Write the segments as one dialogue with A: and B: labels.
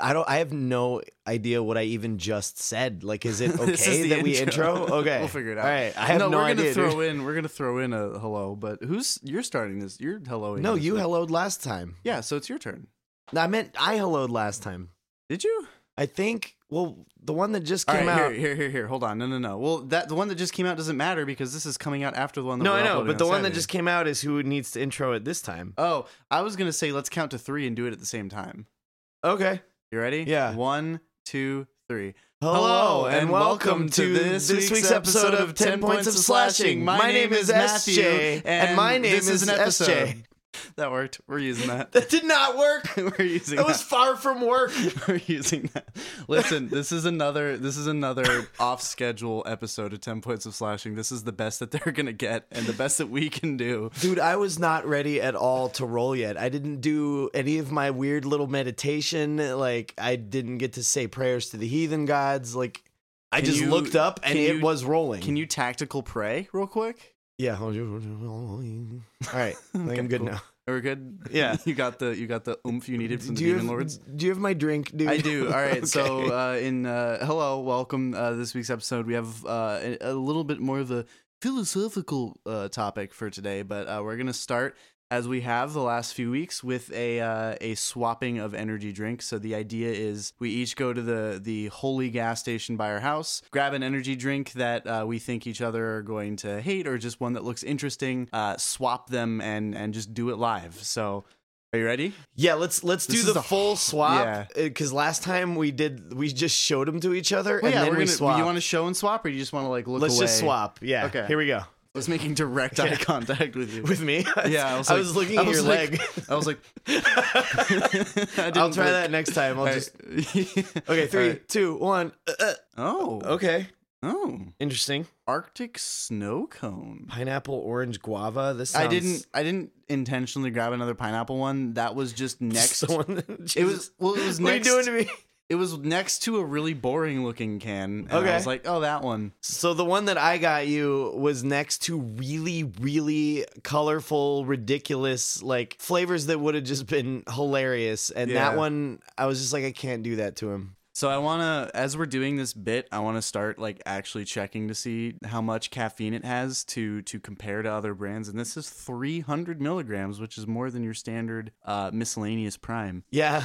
A: I don't. I have no idea what I even just said. Like, is it
B: This is
A: okay
B: the
A: that we
B: intro.
A: intro? Okay,
B: We'll figure it out.
A: All right, I have no,
B: we're gonna
A: idea.
B: throw
A: dude.
B: in we're gonna throw in a hello, but who's you're starting this? You're helloing.
A: No,
B: this
A: you
B: week.
A: helloed last time.
B: Yeah, so it's your turn.
A: No, I meant I helloed last time.
B: Did you?
A: I think. Well, the one that just
B: All
A: came
B: right,
A: out.
B: here, here, here, here. Hold on. No, no, no. Well, that the one that just came out doesn't matter because this is coming out after the one that
A: no,
B: we're
A: I know,
B: uploading
A: but the
B: on
A: one that
B: Saturday.
A: just came out is who needs to intro it this time.
B: Oh, I was gonna say let's count to three and do it at the same time.
A: Okay.
B: You ready?
A: Yeah.
B: One, two, three.
A: Hello and welcome to this, week's episode of Ten Points of Slashing. My name is SJ, and my name
B: this
A: is
B: an episode.
A: SJ.
B: That worked. We're using that.
A: That did not work.
B: We're using
A: That was far from work.
B: We're using that. Listen, this is another this is another off schedule episode of Ten Points of Slashing. This is the best that they're gonna get and the best that we can do.
A: Dude, I was not ready at all to roll yet. I didn't do any of my weird little meditation. Like, I didn't get to say prayers to the heathen gods. Like, I
B: Can
A: just
B: you-
A: looked up and
B: can
A: it
B: you-
A: was rolling.
B: Can you tactical pray real quick?
A: Yeah. All right. I think
B: Okay,
A: I'm good
B: cool.
A: now.
B: Are we good?
A: Yeah.
B: you got the you got the oomph you needed from the
A: Do you,
B: demon
A: have,
B: lords.
A: do you have my drink, dude?
B: I do. All right. So
A: Okay.
B: uh, in uh, hello, welcome uh, this week's episode. We have uh, a, a little bit more of a philosophical uh, topic for today, but uh, we're gonna start as we have the last few weeks with a uh, a swapping of energy drinks. So the idea is we each go to the the holy gas station by our house, grab an energy drink that uh, we think each other are going to hate, or just one that looks interesting. Uh, swap them and and just do it live. So. Are you ready?
A: yeah, let's let's do
B: This
A: the
B: is a
A: full
B: yeah.
A: swap because last time we did we just showed them to each other and then
B: we're
A: we
B: gonna-
A: swap.
B: You want to show and swap, or you just want to like look
A: let's
B: away?
A: just swap. Yeah.
B: Okay.
A: Here we go.
B: I was making direct eye contact with you.
A: With me?
B: Yeah,
A: I
B: I
A: was,
B: was like-
A: looking
B: I
A: at
B: was
A: your
B: like-
A: leg.
B: I was like, I
A: I'll try that next time. I'll just okay. Three, two, one. Uh, uh,
B: Oh.
A: okay.
B: Oh.
A: Interesting.
B: Arctic snow cone.
A: Pineapple, orange, guava. This
B: I
A: sounds-
B: didn't. I didn't intentionally grab another pineapple one. That was just next.
A: Someone,
B: It was well. It was
A: What are you
B: next.
A: doing to me?
B: It was next to a really boring looking can. And
A: Okay.
B: I was like, oh, that one.
A: So the one that I got you was next to really, really colorful, ridiculous, like flavors that would have just been hilarious. And
B: Yeah.
A: that one, I was just like, I can't do that to him.
B: So I want to, as we're doing this bit, I want to start like actually checking to see how much caffeine it has to to compare to other brands, and this is 300 milligrams, which is more than your standard uh, miscellaneous prime.
A: Yeah,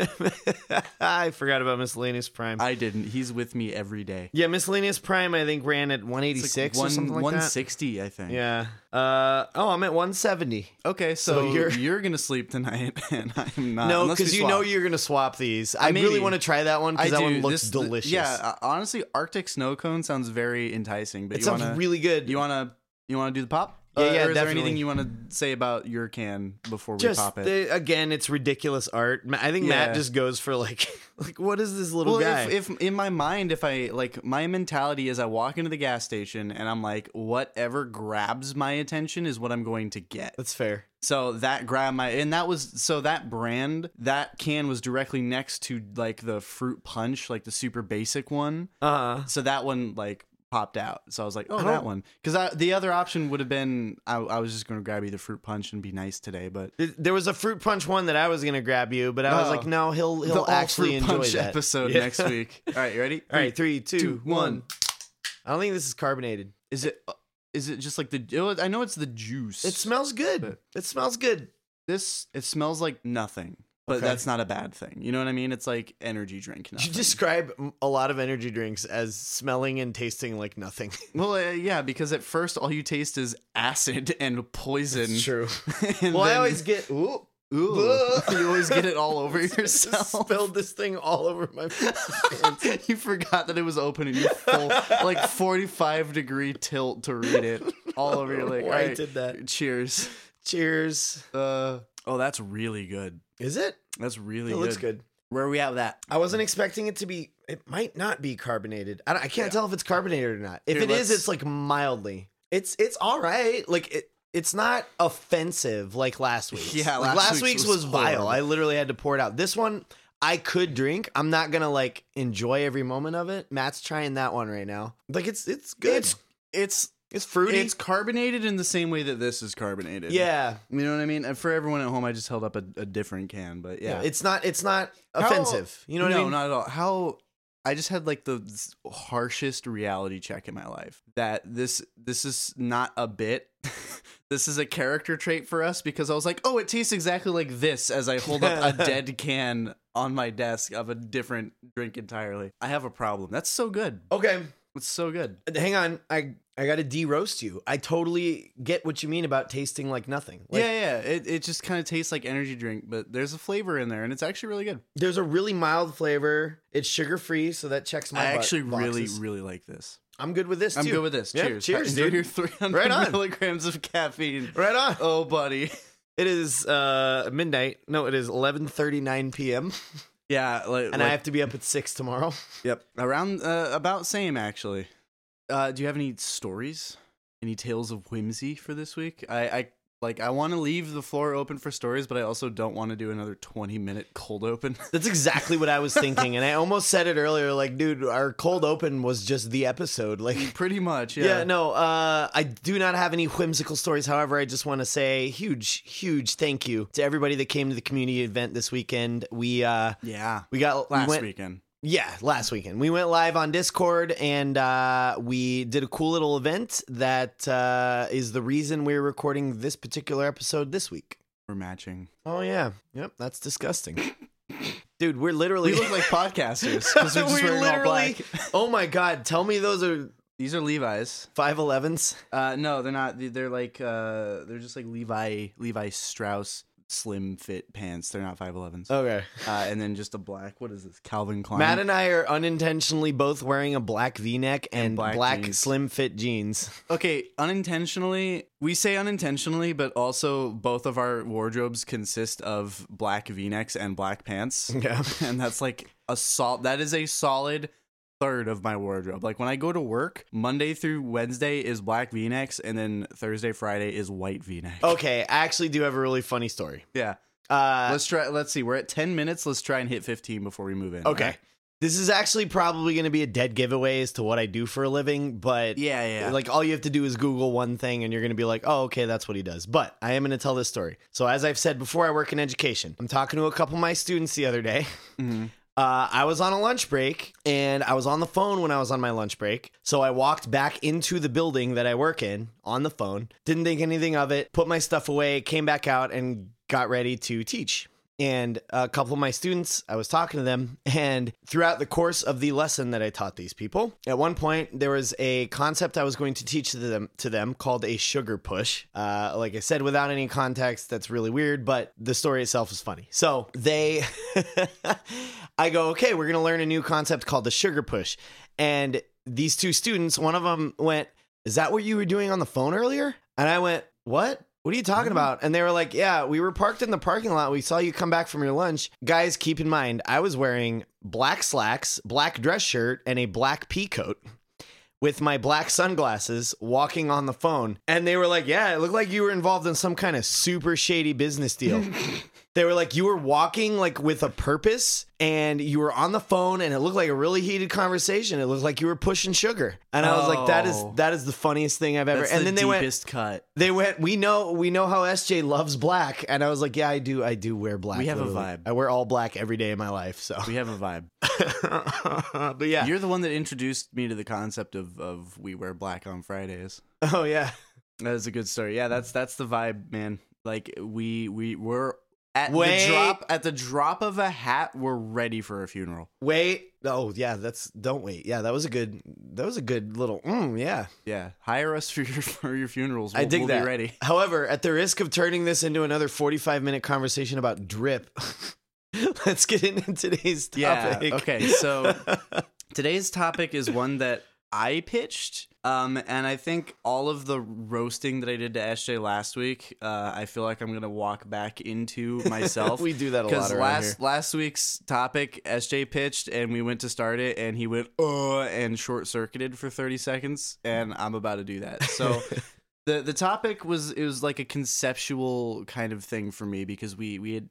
A: I forgot about miscellaneous prime.
B: I didn't. He's with me every day.
A: yeah, miscellaneous prime. I think ran at 186
B: one,
A: or something like that.
B: 160, I think.
A: Yeah. Uh, oh, I'm at 170.
B: Okay, so,
A: So you're-
B: you're you're gonna sleep tonight, and I'm not.
A: no,
B: Uh, unless we
A: because you know
B: swap.
A: you're gonna swap these. I
B: Maybe.
A: really want to try that one
B: I
A: because that
B: do.
A: one looks
B: This- th-
A: delicious.
B: Yeah, uh, honestly, Arctic snow cone sounds very enticing. But
A: it
B: you
A: sounds
B: wanna,
A: really good.
B: You wanna you wanna do the pop?
A: Yeah,
B: Uh,
A: yeah,
B: Or is there
A: definitely.
B: anything you wanna say about your can before we
A: just
B: pop it?
A: the- again, it's ridiculous art. Ma- I think Matt
B: Yeah.
A: just goes for like, like what is this little
B: well,
A: guy?
B: if, if in my mind, if I like my mentality is I walk into the gas station and I'm like, whatever grabs my attention is what I'm going to get.
A: That's fair.
B: So that grabbed my and that was so that brand that can was directly next to like the fruit punch, like the super basic one.
A: Uh,
B: So that one like popped out. So I was like, oh,
A: I
B: that
A: don't-
B: one. Because the other option would have been I, I was just going to grab either fruit punch and be nice today, but
A: th- there was a fruit punch one that I was gonna grab you, but I was
B: Oh.
A: like, no, he'll
B: the
A: he'll
B: all
A: actually
B: fruit
A: enjoy
B: punch
A: that.
B: episode
A: Yeah.
B: next week. All right, you ready?
A: All right, three, two, one.
B: two, one.
A: I don't think this is carbonated.
B: Is it uh, is it just like the oh, I know it's the juice.
A: It smells good. It smells good.
B: this it smells like nothing. But
A: Okay.
B: that's not a bad thing. You know what I mean? It's like energy drink.
A: You
B: Nothing.
A: describe m- a lot of energy drinks as smelling and tasting like nothing.
B: well, uh, yeah, because at first all you taste is acid and poison.
A: true.
B: and
A: Well, I
B: then-
A: always get ooh,
B: Ooh. you always get it all over yourself.
A: spilled this thing all over my pants.
B: you forgot that it was open and you full like 45 degree tilt to read it all over your leg.
A: Why
B: All
A: I
B: right,
A: did that.
B: Cheers.
A: Cheers.
B: Uh, oh, that's really good.
A: Is it?
B: That's really
A: It looks good.
B: Where are we at with that?
A: I wasn't expecting it to be. It might not be carbonated. I, don't, I can't tell if it's carbonated or not. If
B: Here,
A: it is,
B: let's-
A: it's like mildly. It's it's all right. Like it, it's not offensive like last week's.
B: Yeah,
A: Like,
B: last
A: last week's,
B: week's
A: was,
B: was
A: vile.
B: horrible.
A: I literally had to pour it out. This one I could drink. I'm not gonna like enjoy every moment of it. Matt's trying that one right now. Like it's it's good.
B: It's it's
A: It's fruity.
B: It's carbonated in the same way that this is carbonated.
A: yeah.
B: You know what I mean? And for everyone at home, I just held up a, a different can, but yeah.
A: It's not it's not
B: How-
A: offensive. You know what
B: no,
A: I mean?
B: not at all. How I just had like the s- harshest reality check in my life that this this is not a bit. this is a character trait for us because I was like, oh, it tastes exactly like this as I hold up a dead can on my desk of a different drink entirely. I have a problem. That's so good.
A: okay.
B: It's so good.
A: Hang on. I I gotta de-roast you. I totally get what you mean about tasting like nothing. Like
B: yeah, yeah. It it just kind of tastes like energy drink, but there's a flavor in there, and it's actually really good.
A: there's a really mild flavor. It's sugar free, so that checks my
B: I
A: bo-
B: actually really,
A: boxes.
B: really like this.
A: I'm good with this
B: I'm
A: too.
B: good with this.
A: Yeah,
B: cheers.
A: cheers,
B: Enjoy
A: dude.
B: your 300
A: Right on.
B: milligrams of caffeine.
A: Right on.
B: Oh, buddy.
A: It is uh midnight. No, it is 11:39 p.m.
B: Yeah, like,
A: and I have to be up at 6 tomorrow.
B: yep around uh, about same actually. Uh, do you have any stories, any tales of whimsy for this week? I, I like I want to leave the floor open for stories, but I also don't want to do another 20 minute cold open.
A: That's exactly what I was thinking and I almost said it earlier like dude, our cold open was just the episode like
B: Pretty much, yeah.
A: Yeah, no, uh, I do not have any whimsical stories. However, I just want to say huge, huge thank you to everybody that came to the community event this weekend. We uh,
B: yeah.
A: we got we
B: Last
A: went-
B: weekend.
A: yeah, last weekend. We went live on Discord and uh, we did a cool little event that uh, is the reason we're recording this particular episode this week.
B: We're matching.
A: Oh yeah, yep, that's disgusting, dude. We're literally
B: We look like podcasters because we're just
A: We
B: wearing all
A: literally-
B: black.
A: oh my god, tell me those are
B: These are Levi's.
A: five elevens.
B: Uh, no, they're not. They- They're like uh, they're just like Levi Levi Strauss slim fit pants. They're not five elevens.
A: Okay.
B: Uh, and then just a black. What is this? Calvin Klein.
A: Matt and I are unintentionally both wearing a black V-neck and,
B: black
A: black,
B: jeans.
A: slim fit jeans.
B: okay, unintentionally, we say unintentionally, but also both of our wardrobes consist of black V necks and black pants,
A: Yeah.
B: and that's like a sol. That is a solid third of my wardrobe. Like when I go to work, Monday through Wednesday is black V necks, and then Thursday, Friday is white V neck.
A: Okay, I actually do have a really funny story.
B: yeah.
A: Oh, Uh,
B: let's try. Let's see. We're at ten minutes. Let's try and hit fifteen before we move in.
A: okay.
B: Alright?
A: This is actually probably going to be a dead giveaway as to what I do for a living, but
B: Yeah, yeah.
A: like all you have to do is Google one thing and you're going to be like, oh, okay, that's what he does. But I am going to tell this story. So, as I've said before, I work in education. I'm talking to a couple of my students the other day.
B: Mhm.
A: Uh, I was on a lunch break and I was on the phone when I was on my lunch break. So I walked back into the building that I work in on the phone, didn't think anything of it, put my stuff away, came back out and got ready to teach. And a couple of my students, I was talking to them, and throughout the course of the lesson that I taught these people, at one point there was a concept I was going to teach to them to them called a sugar push. Uh, like I said, without any context, that's really weird, but the story itself is funny. So they, I go, okay, we're gonna learn a new concept called the sugar push, and these two students, one of them went, "Is that what you were doing on the phone earlier?" And I went, "What?" What are you talking about? And they were like, Yeah, we were parked in the parking lot. We saw you come back from your lunch. Guys, keep in mind, I was wearing black slacks, black dress shirt, and a black pea coat with my black sunglasses walking on the phone. And they were like, Yeah, it looked like you were involved in some kind of super shady business deal. they were like, You were walking like with a purpose and you were on the phone and it looked like a really heated conversation. It looked like you were pushing sugar. And I was like, That is
B: Oh.
A: that is the funniest thing I've ever
B: That's
A: and
B: the
A: then they went
B: deepest cut.
A: they went, we know we know how SJ loves black. And I was like, Yeah, I do, I do wear black.
B: We have a
A: literally.
B: vibe.
A: I wear all black every day of my life. So
B: We have a vibe.
A: But yeah.
B: You're the one that introduced me to the concept of of we wear black on Fridays.
A: oh yeah.
B: That is a good story. Yeah, that's that's the vibe, man. Like we we were at
A: Wait.
B: the drop at the drop of a hat, we're ready for a funeral.
A: Wait. Oh yeah, that's don't wait. Yeah, that was a good that was a good little mm, yeah.
B: Yeah, hire us for your for your funerals. We'll,
A: I dig
B: we'll
A: that.
B: Be ready.
A: However, at the risk of turning this into another 45 minute conversation about drip, let's get into today's
B: Yeah.
A: topic.
B: Okay. So today's topic is one that I pitched. Um, and I think all of the roasting that I did to SJ last week, uh, I feel like I'm gonna walk back into myself.
A: we do that a lot
B: Because
A: around
B: last last week's topic, SJ pitched, and we went to start it, and he went uh and short circuited for thirty seconds, and I'm about to do that. So. The, the topic was it was like a conceptual kind of thing for me because we we had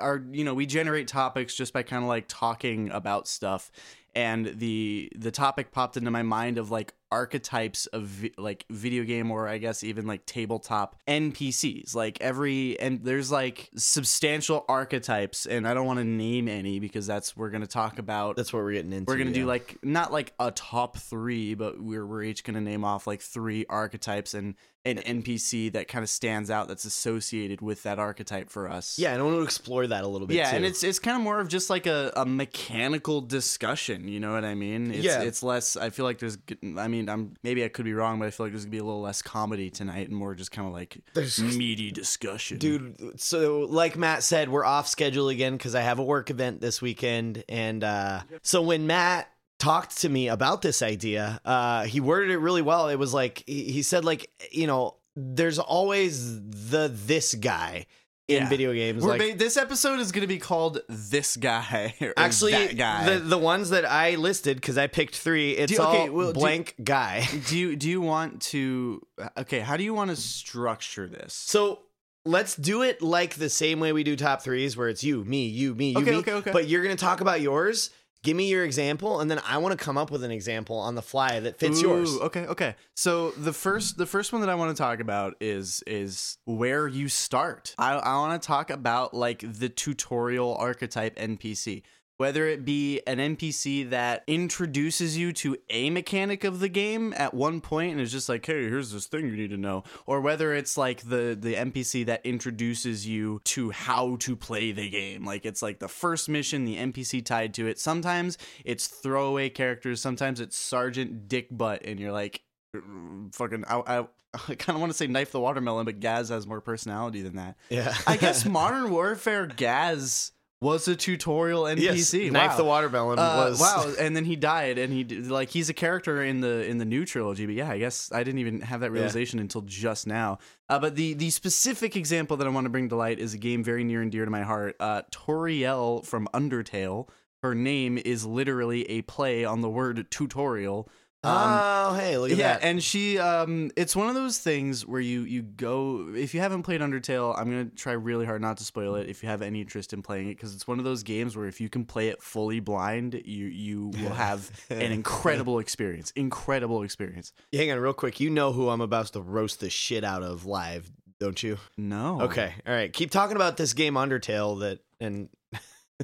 B: our you know we generate topics just by kind of like talking about stuff and the the topic popped into my mind of like archetypes of vi- like video game or I guess even like tabletop NPCs. Like every and there's like substantial archetypes, and I don't want to name any because that's we're gonna talk about.
A: That's what we're getting into.
B: We're gonna do
A: yeah.
B: like not like a top three, but we're we're each gonna name off like three archetypes and an NPC that kind of stands out that's associated with that archetype for us.
A: yeah, and I want to explore that a little bit.
B: Yeah, and
A: too.
B: it's it's kind of more of just like a, a mechanical discussion. You know what I mean? It's,
A: Yeah.
B: It's less. I feel like there's. g- I mean, I'm maybe I could be wrong, but I feel like there's gonna be a little less comedy tonight and more just kind of like
A: There's-
B: meaty discussion.
A: dude so like matt said we're off schedule again because i have a work event this weekend and uh so when matt talked to me about this idea uh he worded it really well it was like he, he said like you know there's always the this guy in
B: Yeah.
A: video games
B: We're
A: like
B: ba- this episode is gonna be called "This Guy." or
A: actually
B: that guy.
A: the the ones that i listed because i picked three it's
B: Do you- okay,
A: all
B: well, do you-
A: blank guy
B: do you do you want to? Okay, how do you want to structure this?
A: So let's do it like the same way we do top threes, where it's you, me, you, me, you,
B: Okay,
A: me.
B: okay, okay.
A: But you're gonna talk about yours. Give me your example, and then I want to come up with an example on the fly that fits
B: Ooh,
A: yours.
B: Okay, okay. So the first the first one that I want to talk about is is where you start. I I want to talk about like the tutorial archetype NPC. Whether it be an NPC that introduces you to a mechanic of the game at one point and is just like, hey, here's this thing you need to know, or whether it's like the the NPC that introduces you to how to play the game. Like it's like the first mission, the NPC tied to it. Sometimes it's throwaway characters. Sometimes it's Sergeant Dick Butt, and you're like, "Mm, fucking. I, I, I kind of want to say knife the watermelon, but Gaz has more personality than that.
A: Yeah.
B: I guess Modern Warfare Gaz was a tutorial NPC.
A: yes. Knife
B: wow.
A: the watermelon
B: Uh,
A: was
B: wow, and then he died, and he d- like he's a character in the in the new trilogy. But yeah, I guess I didn't even have that realization until just now. Uh, but the the specific example that I want to bring to light is a game very near and dear to my heart. Uh, Toriel from Undertale. Her name is literally a play on the word tutorial. Um,
A: oh, hey, look at
B: yeah,
A: that.
B: and she um it's one of those things where you you go if you haven't played Undertale, I'm going to try really hard not to spoil it if you have any interest in playing it cuz it's one of those games where if you can play it fully blind, you you will have an incredible experience. Incredible experience.
A: Hang on, real quick. You know who I'm about to roast the shit out of live, don't you?
B: No.
A: Okay, all right. Keep talking about this game Undertale that, and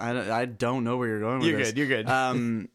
B: I don't, I don't know where you're going with
A: you're
B: this.
A: good. You're good.
B: Um,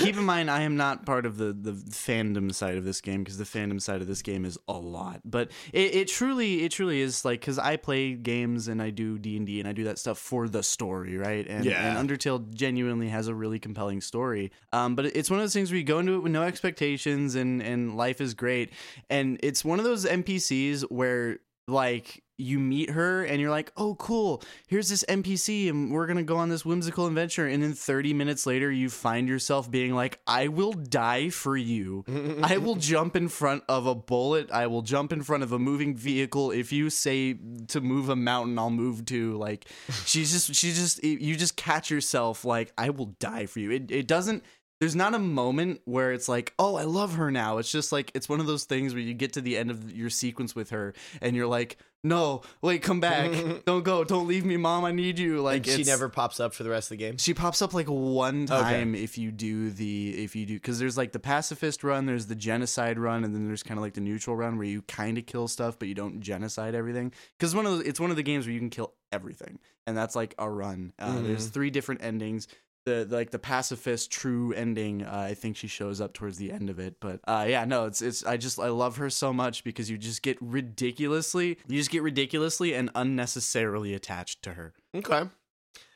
B: keep in mind, I am not part of the the fandom side of this game because the fandom side of this game is a lot. But it, it truly, it truly is like because I play games and I do D and D and I do that stuff for the story, right? And,
A: Yeah.
B: and Undertale genuinely has a really compelling story. Um, but it's one of those things where you go into it with no expectations and and life is great. And it's one of those NPCs where like you meet her and you're like, oh, cool, here's this NPC, and we're gonna go on this whimsical adventure. And then 30 minutes later, you find yourself being like, I will die for you. I will jump in front of a bullet. I will jump in front of a moving vehicle. If you say to move a mountain, I'll move to. Like, she's just, she's just, you just catch yourself like, I will die for you. It, it doesn't, there's not a moment where it's like, oh, I love her now. It's just like it's one of those things where you get to the end of your sequence with her and you're like, no, wait, come back, don't go, don't leave me, mom, I need you. Like
A: she
B: it's-
A: never pops up for the rest of the game.
B: she pops up like one time if you do the if you do because there's like the pacifist run, there's the genocide run, and then there's kind of like the neutral run where you kind of kill stuff but you don't genocide everything because one of those, it's one of the games where you can kill everything and that's like a run. Uh, There's three different endings. The like the pacifist true ending. Uh, I think she shows up towards the end of it, but uh, yeah, no, it's it's. I just I love her so much because you just get ridiculously, you just get ridiculously and unnecessarily attached to her.
A: Okay.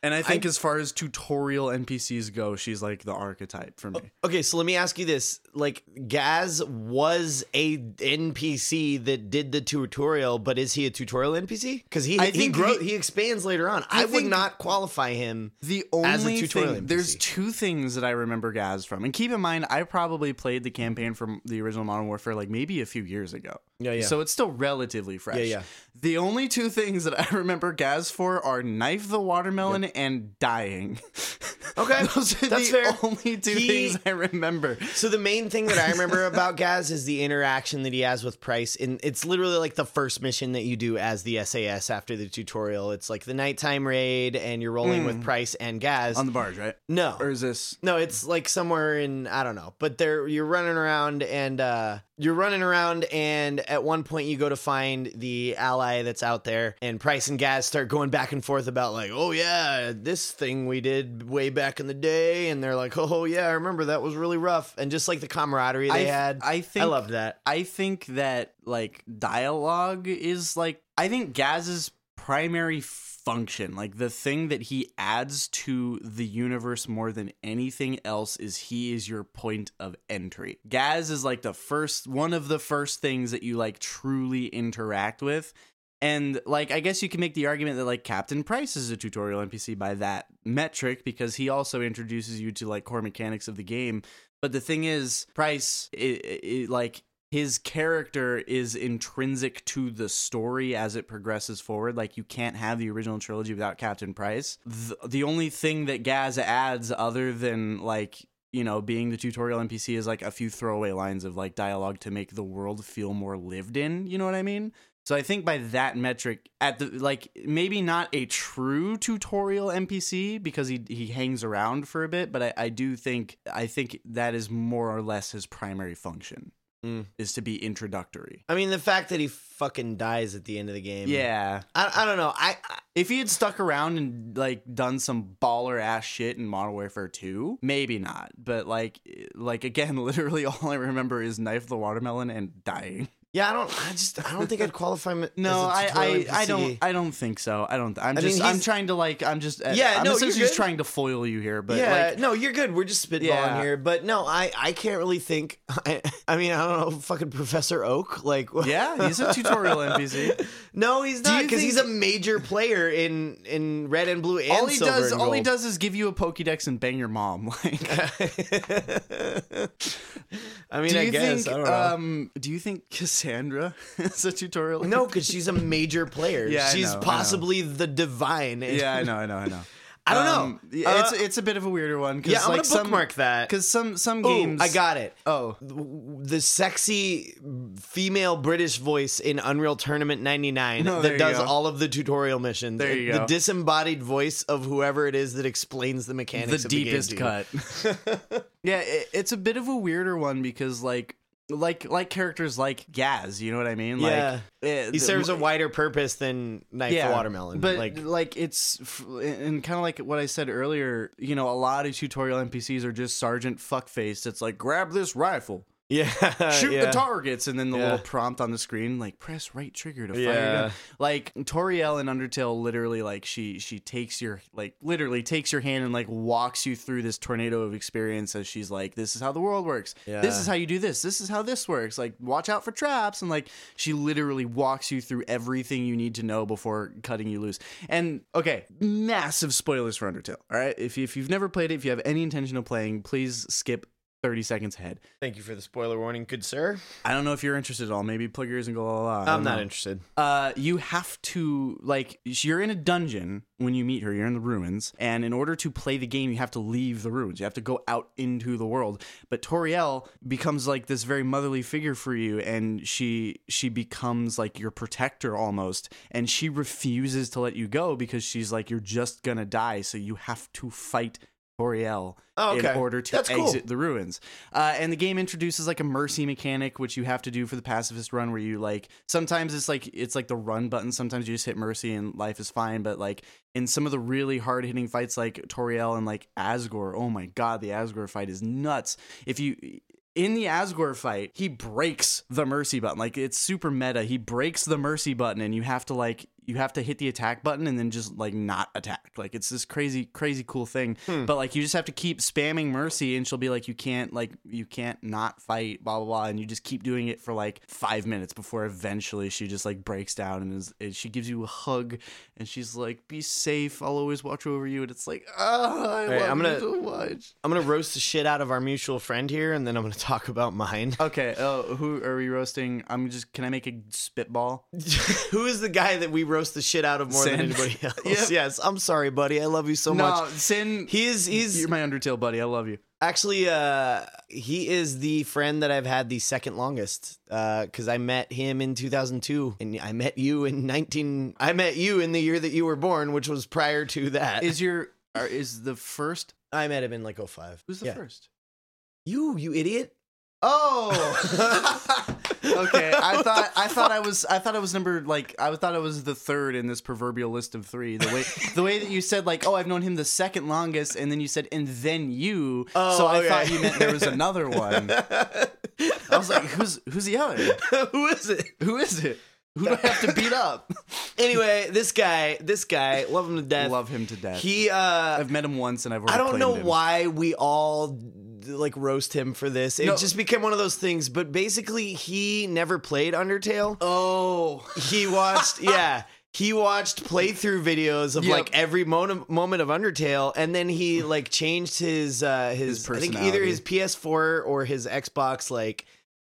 B: And I think as far as tutorial NPCs go, she's like the archetype for me.
A: Okay, so let me ask you this: like, Gaz was a NPC that did the tutorial, but is he a tutorial NPC? Because he
B: I
A: he,
B: think
A: grow,
B: he-
A: he expands later on. I, would
B: think-
A: not qualify him.
B: The
A: As a
B: only
A: tutorial
B: thing, there's
A: NPC.
B: two things that I remember Gaz from. And keep in mind, I probably played the campaign from the original Modern Warfare like maybe a few years ago.
A: Yeah, yeah.
B: So it's still relatively fresh.
A: Yeah, yeah.
B: The only two things that I remember Gaz for are knife the watermelon and dying.
A: Okay.
B: Those are
A: That's
B: the
A: fair.
B: only two
A: He-
B: things I remember.
A: So the main thing that I remember about Gaz is the interaction that he has with Price, and it's literally like the first mission that you do as the SAS after the tutorial. It's like the nighttime raid, and you're rolling with Price and Gaz.
B: Hmm. On the barge, right?
A: no,
B: Or is this
A: no, it's like somewhere in I don't know, but there you're running around and uh, you're running around, and at one point you go to find the ally that's out there, and Price and Gaz start going back and forth about like, oh yeah, this thing we did way back in the day, and they're like, oh yeah, I remember that was really rough, and just like the camaraderie they
B: I,
A: had, I,
B: I think
A: loved that.
B: I think that like dialogue is like I think Gaz's primary function, like the thing that he adds to the universe more than anything else is he is your point of entry. Gaz is like the first one of the first things that you like truly interact with. And like I guess you can make the argument that like Captain Price is a tutorial NPC by that metric because he also introduces you to like core mechanics of the game. But the thing is, Price, i i like his character is intrinsic to the story as it progresses forward. Like you can't have the original trilogy without Captain Price. The, the only thing that Gaz adds, other than like you know being the tutorial NPC, is like a few throwaway lines of like dialogue to make the world feel more lived in. You know what I mean? So I think by that metric, at the like maybe not a true tutorial NPC because he he hangs around for a bit, but I, I do think I think that is more or less his primary function
A: Mm.
B: is to be introductory.
A: I mean, the fact that he fucking dies at the end of the
B: Mm-hmm.
A: game,
B: Yeah,
A: I, I don't know, I, I
B: if he had stuck around and like done some baller ass shit in Modern Warfare Two, maybe not. But like like again, literally all I remember is knife the watermelon and dying.
A: yeah, I don't, I just, I don't think I'd qualify him.
B: No,
A: as a
B: I,
A: tutorial
B: I, I
A: NPC.
B: don't I don't think so. I don't. I'm
A: I mean,
B: just I'm
A: he's-
B: trying to like I'm just
A: Yeah,
B: I'm
A: no, you're
B: essentially just
A: good.
B: trying to foil you here. But
A: yeah,
B: like
A: no, you're good. We're just spitballing
B: Yeah.
A: here, but no, I I can't really think. I, I mean, I don't know, fucking Professor Oak, like
B: yeah, he's a tutorial NPC.
A: no, he's
B: Do
A: not
B: you
A: because he's a
B: think-
A: major player in in Red and Blue and
B: all he
A: Silver
B: does
A: and
B: all he
A: Gold.
B: does is give you a Pokédex and bang your mom. Like
A: I mean,
B: do
A: I
B: you
A: guess
B: think
A: I don't know.
B: um do you think Cassandra is a tutorial?
A: no, because she's a major player.
B: Yeah, I
A: she's
B: know, I know.
A: possibly the divine. and-
B: Yeah, I know, I know, I know.
A: I don't know.
B: Um, yeah,
A: Uh,
B: it's it's a bit of a weirder one. Cause
A: yeah, I'm
B: like
A: gonna bookmark that.
B: because some some
A: Ooh,
B: games
A: I got it.
B: oh
A: the sexy female British voice in Unreal Tournament 99
B: No, there
A: that
B: you
A: does
B: go.
A: all of the tutorial missions.
B: There you
A: the
B: go.
A: disembodied voice of whoever it is that explains the mechanics
B: the
A: of
B: deepest
A: the game to you.
B: cut. yeah, it, it's a bit of a weirder one because like like like characters like Gaz, you know what I mean?
A: Yeah.
B: Like eh,
A: He
B: the-
A: serves a wider purpose than Knife
B: yeah,
A: Watermelon.
B: But
A: like
B: like, it's f- and kind of like what I said earlier. You know, a lot of tutorial NPCs are just Sergeant Fuckface. It's like grab this rifle,
A: yeah,
B: shoot
A: yeah.
B: the targets, and then the
A: Yeah.
B: little prompt on the screen like press right trigger to fire.
A: Yeah.
B: Yeah. Like Toriel in Undertale, literally like she she takes your like literally takes your hand and like walks you through this tornado of experience as she's like, this is how the world works. This
A: Yeah.
B: is how you do this. This is how this works. Like watch out for traps and like she literally walks you through everything you need to know before cutting you loose. And okay, massive spoilers for Undertale. All right, if if you've never played it, if you have any intention of playing, please skip. 30 seconds ahead.
A: Thank you for the spoiler warning, good sir.
B: I don't know if you're interested at all. Maybe plug your ears and go la la. la. I
A: I'm
B: don't
A: not
B: know
A: interested.
B: uh, you have to like you're in a dungeon when you meet her. You're in the ruins, and in order to play the game, you have to leave the ruins. You have to go out into the world. But Toriel becomes like this very motherly figure for you, and she she becomes like your protector almost. And she refuses to let you go because she's like you're just gonna die, so you have to fight Toriel
A: Oh, okay.
B: in order to
A: That's cool.
B: exit the ruins. Uh, and the game introduces like a mercy mechanic, which you have to do for the pacifist run, where you like sometimes it's like it's like the run button. Sometimes you just hit mercy and life is fine. But like in some of the really hard hitting fights, like Toriel and like Asgore, oh my god, the Asgore fight is nuts. If you in the Asgore fight, he breaks the mercy button. Like it's super meta. He breaks the mercy button, and you have to like you have to hit the attack button and then just like not attack. Like it's this crazy, crazy cool thing.
A: Hmm.
B: But like you just have to keep spamming mercy, and she'll be like, you can't like you can't not fight, blah blah blah, and you just keep doing it for like five minutes before eventually she just like breaks down and, is, and she gives you a hug, and she's like, be safe, I'll always watch over you, and it's like, ah, I
A: right, I'm
B: love am
A: gonna-
B: gonna, so much.
A: I'm gonna roast the shit out of our mutual friend here, and then I'm gonna talk about mine.
B: Uh, Okay, oh, who are we roasting? I'm just. Can I make a spitball?
A: Who is the guy that we roast the shit out of more
B: Sin.
A: than anybody else.
B: Yep.
A: Yes, I'm sorry, buddy. I love you so
B: no,
A: much.
B: Sin,
A: He is he's
B: you're my Undertale buddy. I love you.
A: actually uh he is the friend that I've had the second longest uh cuz I met him in 2002 and I met you in 19 I met you in the year that you were born, which was prior to that.
B: Is your are, is the first?
A: I met him in like 05.
B: Who's the
A: Yeah.
B: first?
A: You, you idiot.
B: Oh. okay, I
A: What
B: thought
A: the
B: I thought I was I thought I was numbered like I thought I was the third in this proverbial list of three. The way the way that you said like oh I've known him the second longest, and then you said and then you.
A: Oh,
B: so I
A: okay.
B: thought you meant there was another one. I was like, who's who's the other?
A: Who is it?
B: Who is it? Who do I have to beat up?
A: Anyway, this guy, this guy, love him to death.
B: Love him to death.
A: He uh
B: I've met him once, and I've already
A: I don't
B: claimed
A: know
B: him.
A: why we all like roast him for this. It
B: No.
A: just became one of those things, but basically he never played Undertale.
B: Oh,
A: He watched yeah, he watched playthrough videos of
B: Yep.
A: like every mon- moment of Undertale and then he like changed his uh his,
B: His
A: I think either
B: personality.
A: his PS4 or his Xbox like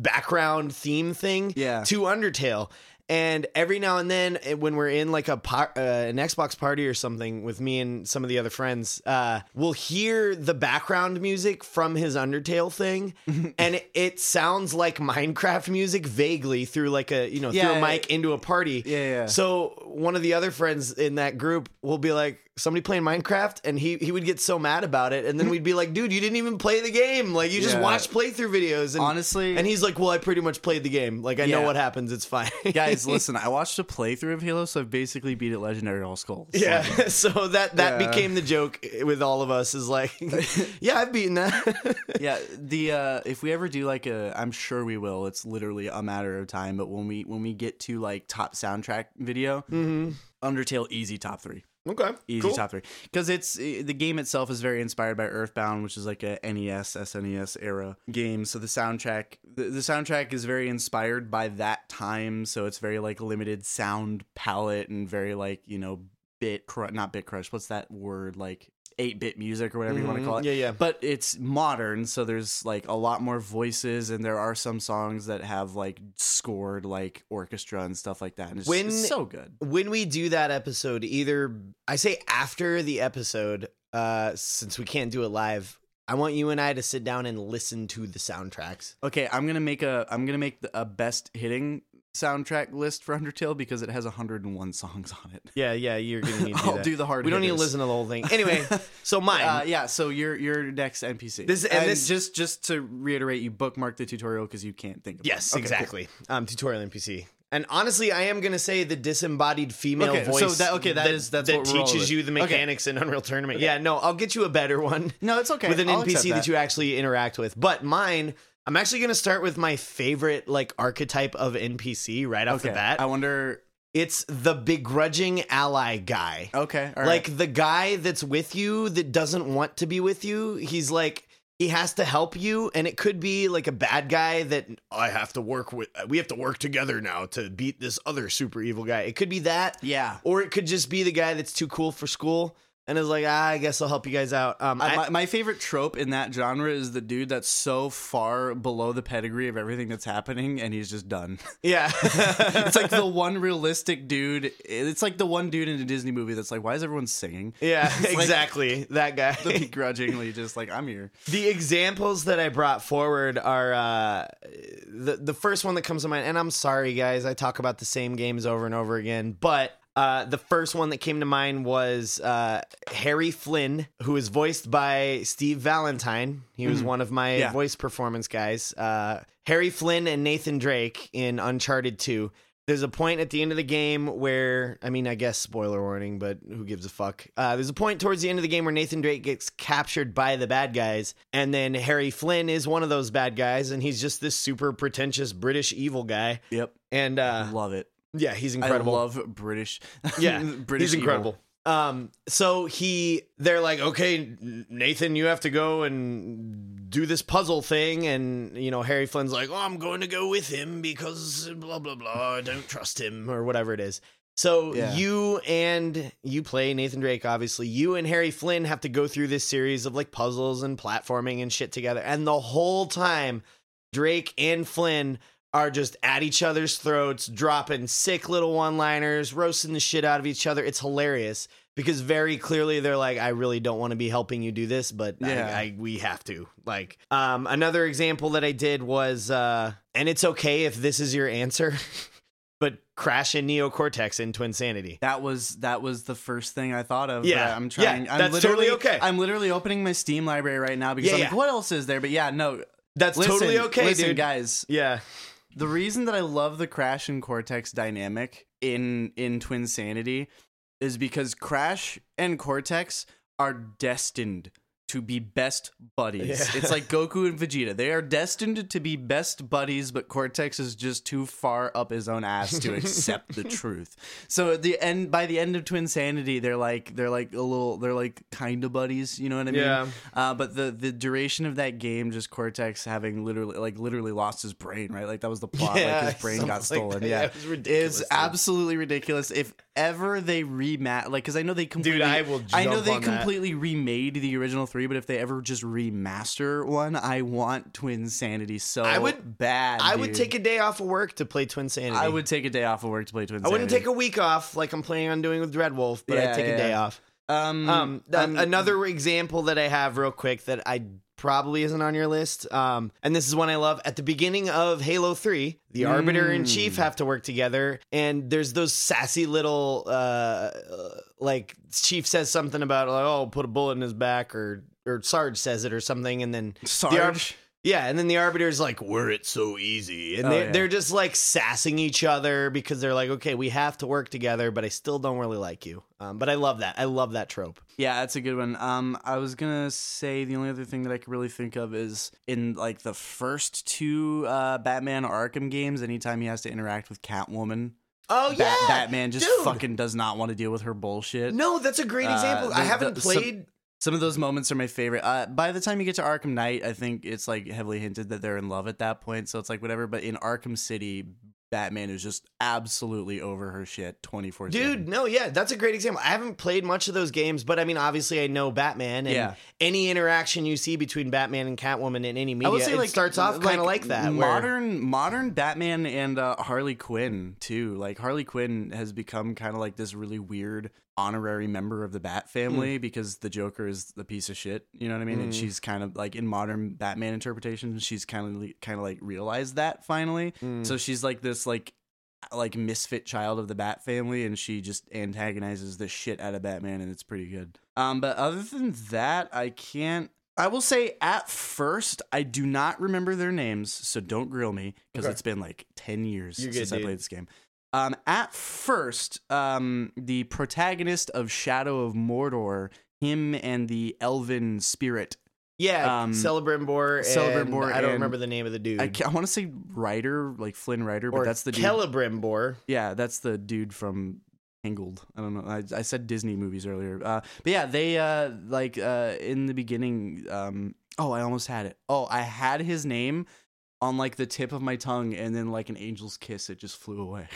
A: background theme thing
B: yeah.
A: to Undertale. And every now and then, eh, when we're in like a par- uh, an Xbox party or something with me and some of the other friends, uh, we'll hear the background music from his Undertale thing, and it, it sounds like Minecraft music vaguely through like a you know through
B: Yeah,
A: a mic into a party.
B: Yeah, yeah.
A: So one of the other friends in that group will be like, "Somebody playing Minecraft," and he he would get so mad about it, and then we'd be like, "Dude, you didn't even play the game. Like you just
B: Yeah.
A: watched playthrough videos." And
B: Honestly,
A: and he's like, "Well, I pretty much played the game. Like, I
B: Yeah.
A: know what happens. It's fine."
B: guys, listen. I watched a playthrough of Halo, so I've basically beat it legendary all skulls.
A: yeah. So that that
B: Yeah.
A: became the joke with all of us is like, "Yeah, I've beaten that."
B: yeah the uh if we ever do like a i'm sure we will it's literally a matter of time but when we when we get to like top soundtrack video
A: mm-hmm.
B: undertale easy top three
A: Okay.
B: easy
A: cool.
B: top three because it's eh, the game itself is very inspired by earthbound which is like a E nes snes era game so the soundtrack the, the soundtrack is very inspired by that time so it's very like limited sound palette and very like you know bit cru- not bit crush what's that word like 8-bit music or whatever you want to
A: Mhm.
B: call it
A: Yeah, yeah.
B: but it's modern so there's like a lot more voices and there are some songs that have like scored like orchestra and stuff like that and it's,
A: When-
B: it's so good
A: When we do that episode, either I say after the episode, uh, since we can't do it live, I want you and I to sit down and listen to the soundtracks.
B: okay i'm gonna make a i'm gonna make the, a best hitting soundtrack list for undertale because it has 101 songs on it
A: Yeah, yeah, you're gonna need
B: i'll do the hard
A: Oh, we don't need to
B: hitters.
A: listen to the whole thing. Anyway, so mine.
B: uh, yeah so your your next npc
A: This- and this-
B: just just to reiterate you bookmark the tutorial because you can't think of
A: Yes,
B: it. Okay, cool.
A: exactly. Um, tutorial NPC. And honestly, I am gonna say the disembodied female
B: Okay, so
A: voice.
B: that- okay, that is- that's
A: that
B: what we're rolling
A: teaches
B: with.
A: you the
B: Okay.
A: mechanics in Unreal Tournament. Yeah, no, I'll get you a better one
B: no it's okay
A: with an
B: I'll accept
A: NPC that. you actually interact with. But mine, I'm actually gonna start with my favorite like archetype of NPC right off
B: okay
A: the bat.
B: i wonder
A: it's the begrudging ally guy
B: okay Oh, all right.
A: like the guy that's with you that doesn't want to be with you he's like he has to help you and it could be like a bad guy that i have to work with we have to work together now to beat this other super evil guy it could be that
B: yeah
A: or it could just be the guy that's too cool for school and is like ah, i guess i'll help you guys out um
B: I,
A: I-
B: my, my favorite trope in that genre is the dude that's so far below the pedigree of everything that's happening and he's just done.
A: yeah
B: it's like the one realistic dude. It's like the one dude in a Disney movie that's like, why is everyone singing?
A: yeah
B: like-
A: exactly that guy
B: Begrudgingly, just like, I'm here.
A: the examples that I brought forward are uh, the the first one that comes to mind, and I'm sorry, guys, I talk about the same games over and over again, but. Uh, the first one that came to mind was uh, Harry Flynn, who is voiced by Steve Valentine. He was one of my
B: Mm-hmm. Yeah.
A: voice performance guys. Uh, Harry Flynn and Nathan Drake in Uncharted 2. There's a point at the end of the game where, I mean, I guess spoiler warning, but who gives a fuck? Uh, there's a point towards the end of the game where Nathan Drake gets captured by the bad guys, and then Harry Flynn is one of those bad guys, and he's just this super pretentious British evil guy.
B: Yep.
A: And uh,
B: love it.
A: yeah, he's incredible.
B: I love British.
A: Yeah,
B: British
A: he's incredible. Um, so he, they're like, okay, Nathan, you have to go and do this puzzle thing, and you know Harry Flynn's like, oh, I'm going to go with him because blah blah blah, I don't trust him or whatever it is. So
B: Yeah.
A: you and you play Nathan Drake, obviously. You and Harry Flynn have to go through this series of like puzzles and platforming and shit together, and the whole time Drake and Flynn are just at each other's throats, dropping sick little one liners, roasting the shit out of each other. It's hilarious because very clearly they're like, I really don't want to be helping you do this, but I-
B: Yeah.
A: I, we have to. Like, um, another example that I did was, uh, and it's okay if this is your answer, but Crash and Neocortex in Twin Sanity.
B: That was that was the first thing I thought of.
A: Yeah.
B: but I'm
A: Yeah,
B: trying. I'm
A: that's
B: literally,
A: totally okay.
B: I'm literally opening my Steam library right now because
A: Yeah,
B: I'm like,
A: yeah.
B: what else is there? But yeah, no.
A: That's
B: listen,
A: totally okay,
B: listen,
A: dude.
B: guys.
A: Yeah.
B: The reason that I love the Crash and Cortex dynamic in in Twin Sanity is because Crash and Cortex are destined to be best buddies.
A: Yeah.
B: It's like Goku and Vegeta. They are destined to be best buddies, but Cortex is just too far up his own ass to accept the truth. So at the end by the end of Twin Sanity, they're like they're like a little they're like kind of buddies, you know what I mean?
A: Yeah.
B: Uh, but the the duration of that game, just Cortex having literally like literally lost his brain, right? Like that was the plot. like his brain
A: something
B: got
A: like
B: stolen.
A: that.
B: yeah,
A: It was ridiculous.
B: it's
A: dude.
B: absolutely ridiculous. If ever they remat, like, because I know they completely,
A: I will
B: know
A: jump
B: they
A: on that.
B: completely remade the original three, but if they ever just remaster one, I want Twin Sanity so
A: I would-
B: bad.
A: I
B: dude.
A: would take a day off of work to play Twin Sanity.
B: I would take a day off of work to play Twin
A: I
B: Sanity.
A: wouldn't take a week off like I'm planning on doing with Dread Wolf, but
B: Yeah,
A: I'd take
B: yeah.
A: a day off.
B: a. Um,
A: Um, th-
B: um,
A: another example that I have real quick that I probably isn't on your list. Um, and this is one I love. At the beginning of Halo 3, the Arbiter and
B: Mm.
A: Chief have to work together, and there's those sassy little uh, uh, like Chief says something about like, oh, put a bullet in his back, or or Sarge says it or something, and then
B: Sarge.
A: the Ar- yeah, and then the arbiter's like, "We're it so easy," and
B: Oh,
A: they're,
B: yeah.
A: they're just like sassing each other because they're like, "Okay, we have to work together," but I still don't really like you. Um, but I love that. I love that trope.
B: Yeah, that's a good one. Um, I was gonna say the only other thing that I could really think of is in like the first two uh, Batman Arkham games. Anytime he has to interact with Catwoman,
A: Oh
B: Bat- Batman just
A: dude.
B: fucking does not want to deal with her bullshit.
A: No, that's a great
B: Uh,
A: example. I
B: the-
A: haven't
B: the- some-
A: played.
B: Some of those moments are my favorite. Uh, by the time you get to Arkham Knight, I think it's like heavily hinted that they're in love at that point, so it's like whatever. But in Arkham City, Batman is just absolutely over her shit twenty four.
A: Dude, no, yeah, that's a great example. I haven't played much of those games, but I mean, obviously, I know Batman, and
B: Yeah.
A: any interaction you see between Batman and Catwoman in any media, it starts off kind of like that. where-
B: Modern modern Batman and uh, Harley Quinn too. Like Harley Quinn has become kind of like this really weird honorary member of the Bat family
A: Hmm.
B: because the Joker is the piece of shit. You know what I mean? And
A: Mm.
B: she's kind of like in modern Batman interpretations, she's kind of kind of like realized that finally.
A: Mm.
B: So she's like this like like misfit child of the Bat family, and she just antagonizes the shit out of Batman, and it's pretty good. Um, but other than that, I can't. I will say at first I do not remember their names, so don't grill me because
A: Okay.
B: it's been like ten years
A: You're good,
B: since I
A: dude.
B: played this game. Um, at first, um, the protagonist of Shadow of Mordor, him and the Elven spirit
A: yeah,
B: um,
A: Celebrimbor.
B: Celebrimbor
A: Celebrimbor. I don't
B: and-
A: remember the name of the dude.
B: I, ca- I want to say Ryder, like Flynn Ryder, but
A: or
B: that's the dude.
A: Celebrimbor.
B: Yeah, that's the dude from Tangled. I don't know. I, I said Disney movies earlier. Uh, but yeah, they uh, like uh, in the beginning. Um, oh, I almost had it. Oh, I had his name on like the tip of my tongue, and then like an angel's kiss, it just flew away.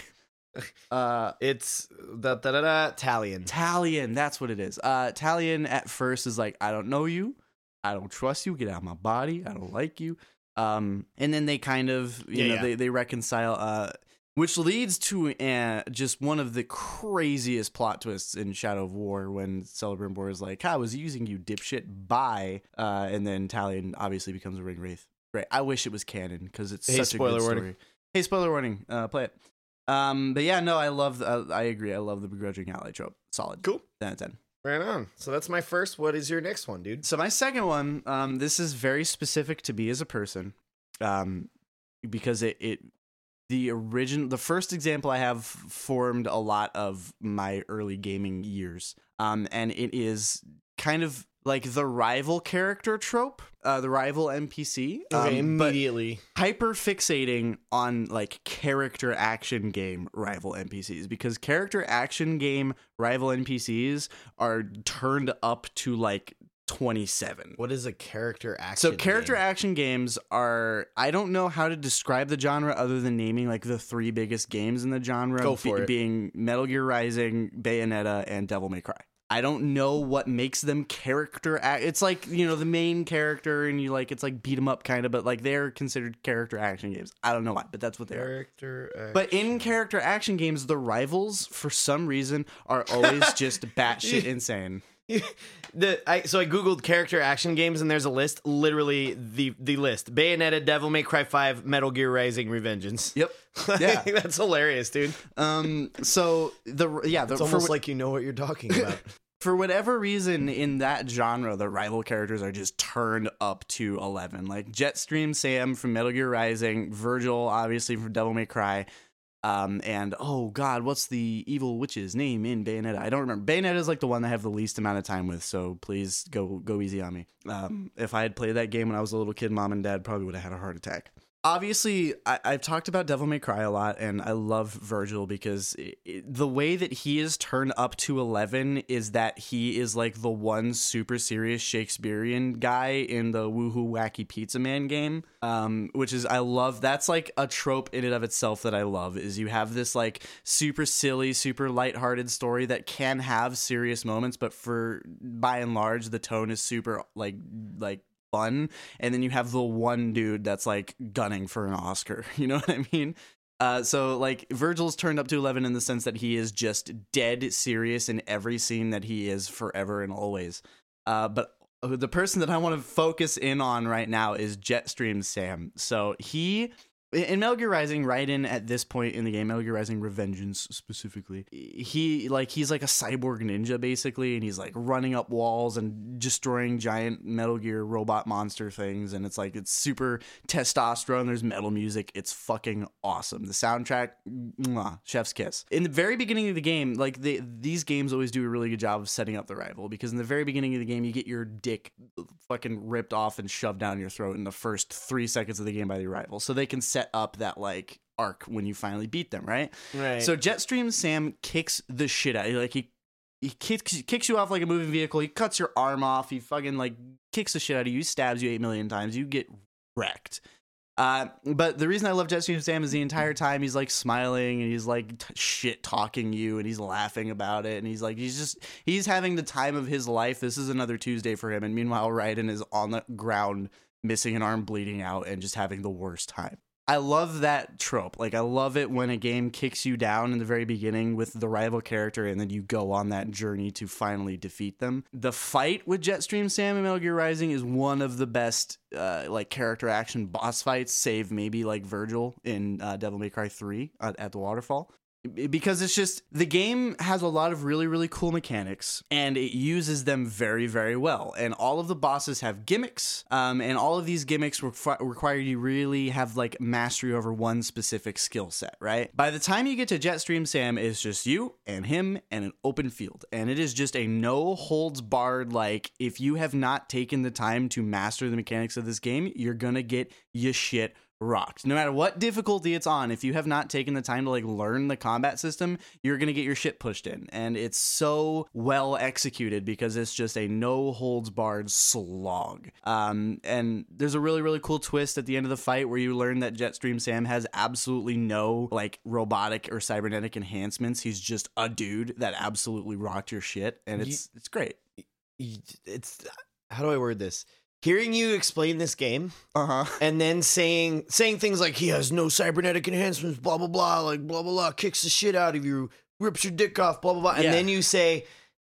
B: uh,
A: It's da da da da Italian.
B: Talion, that's what it is. Uh, Talion at first is like, I don't know you, I don't trust you, get out of my body, I don't like you. Um, and then they kind of, you
A: Yeah,
B: know,
A: yeah.
B: They, they reconcile, uh, which leads to uh, just one of the craziest plot twists in Shadow of War when Celebrimbor is like, I was using you, dipshit, bye. Uh, and then Talion obviously becomes a ring wraith. Right. I wish it was canon because it's
A: Hey,
B: such a
A: spoiler
B: good
A: warning.
B: story. Hey, spoiler warning. Uh, play it. Um, but yeah, no, I love. Uh, I agree. I love the begrudging ally trope. Solid.
A: Cool.
B: Ten out of ten.
A: Right on. So that's my first. What is your next one, dude?
B: So my second one. Um, this is very specific to me as a person. Um, because it it the origin the first example I have formed a lot of my early gaming years. Um, and it is kind of like the rival character trope, uh, the rival NPC. um, but
A: immediately.
B: hyper fixating on like character action game rival NPCs because character action game rival NPCs are turned up to like 27.
A: What is a character action?
B: So character
A: game?
B: action games are I don't know how to describe the genre other than naming like the three biggest games in the genre
A: Go for it.
B: being Metal Gear Rising, Bayonetta and Devil May Cry. I don't know what makes them character. Act- it's like you know the main character, and you like it's like beat 'em up kind of, but like they're considered character action games. I don't know why, but that's what they are.
C: Character.
B: But in character action games, the rivals for some reason are always just batshit insane.
A: the I, so I googled character action games and there's a list, literally the the list: Bayonetta, Devil May Cry Five, Metal Gear Rising, Revengeance.
B: Yep.
A: Like,
B: Yeah.
A: that's hilarious, dude.
B: Um. So the yeah, the,
A: It's
B: for,
A: almost
B: wh-
A: like you know what you're talking about.
B: for whatever reason in that genre, the rival characters are just turned up to eleven. Like Jetstream Sam from Metal Gear Rising, Virgil obviously from Devil May Cry. Um, and oh god, what's the evil witch's name in Bayonetta? I don't remember. Bayonetta is like the one that I have the least amount of time with, so please go go easy on me. Um, if I had played that game when I was a little kid, mom and dad probably would have had a heart attack. Obviously, I, I've talked about Devil May Cry a lot, and I love Virgil because i i the way that he is turned up to 11 is that he is like the one super serious Shakespearean guy in the Woohoo Wacky Pizza Man game, um, which is, I love, that's like a trope in and of itself that I love, is you have this like super silly, super lighthearted story that can have serious moments, but for by and large, the tone is super like, like, fun and then you have the one dude that's like gunning for an oscar you know what i mean uh, so like virgil's turned up to 11 in the sense that he is just dead serious in every scene that he is forever and always uh, but the person that i want to focus in on right now is jetstream sam so he in Metal Gear Rising, Raiden at this point in the game, Metal Gear Rising Revengeance specifically, he like he's like a cyborg ninja basically, and he's like running up walls and destroying giant Metal Gear robot monster things, and it's like it's super testosterone. There's metal music. It's fucking awesome. The soundtrack, mwah, chef's kiss. In the very beginning of the game, like they, these games always do a really good job of setting up the rival because in the very beginning of the game, you get your dick fucking ripped off and shoved down your throat in the first three seconds of the game by the rival, so they can set up that like arc when you finally beat them, right?
A: right.
B: So Jetstream Sam kicks the shit out. Like he he kicks kicks you off like a moving vehicle. He cuts your arm off. He fucking like kicks the shit out of you. Stabs you eight million times. You get wrecked. Uh, but the reason I love Jetstream Sam is the entire time he's like smiling and he's like t- shit talking you and he's laughing about it and he's like he's just he's having the time of his life. This is another Tuesday for him. And meanwhile, Raiden is on the ground, missing an arm, bleeding out, and just having the worst time. I love that trope. Like I love it when a game kicks you down in the very beginning with the rival character and then you go on that journey to finally defeat them. The fight with Jetstream Sam and Metal Gear Rising is one of the best uh, like character action boss fights, save maybe like Virgil in uh, Devil May Cry 3 at, at the waterfall because it's just the game has a lot of really really cool mechanics and it uses them very very well and all of the bosses have gimmicks um, and all of these gimmicks requ- require you really have like mastery over one specific skill set right by the time you get to jetstream sam it's just you and him and an open field and it is just a no holds barred like if you have not taken the time to master the mechanics of this game you're gonna get your shit rocked. No matter what difficulty it's on, if you have not taken the time to like learn the combat system, you're going to get your shit pushed in. And it's so well executed because it's just a no holds barred slog. Um and there's a really really cool twist at the end of the fight where you learn that Jetstream Sam has absolutely no like robotic or cybernetic enhancements. He's just a dude that absolutely rocked your shit and it's it's great.
A: You- it's how do I word this? Hearing you explain this game
B: Uh-huh.
A: and then saying saying things like he has no cybernetic enhancements, blah blah blah, like blah blah blah, kicks the shit out of you, rips your dick off, blah blah blah, and
B: Yeah.
A: then you say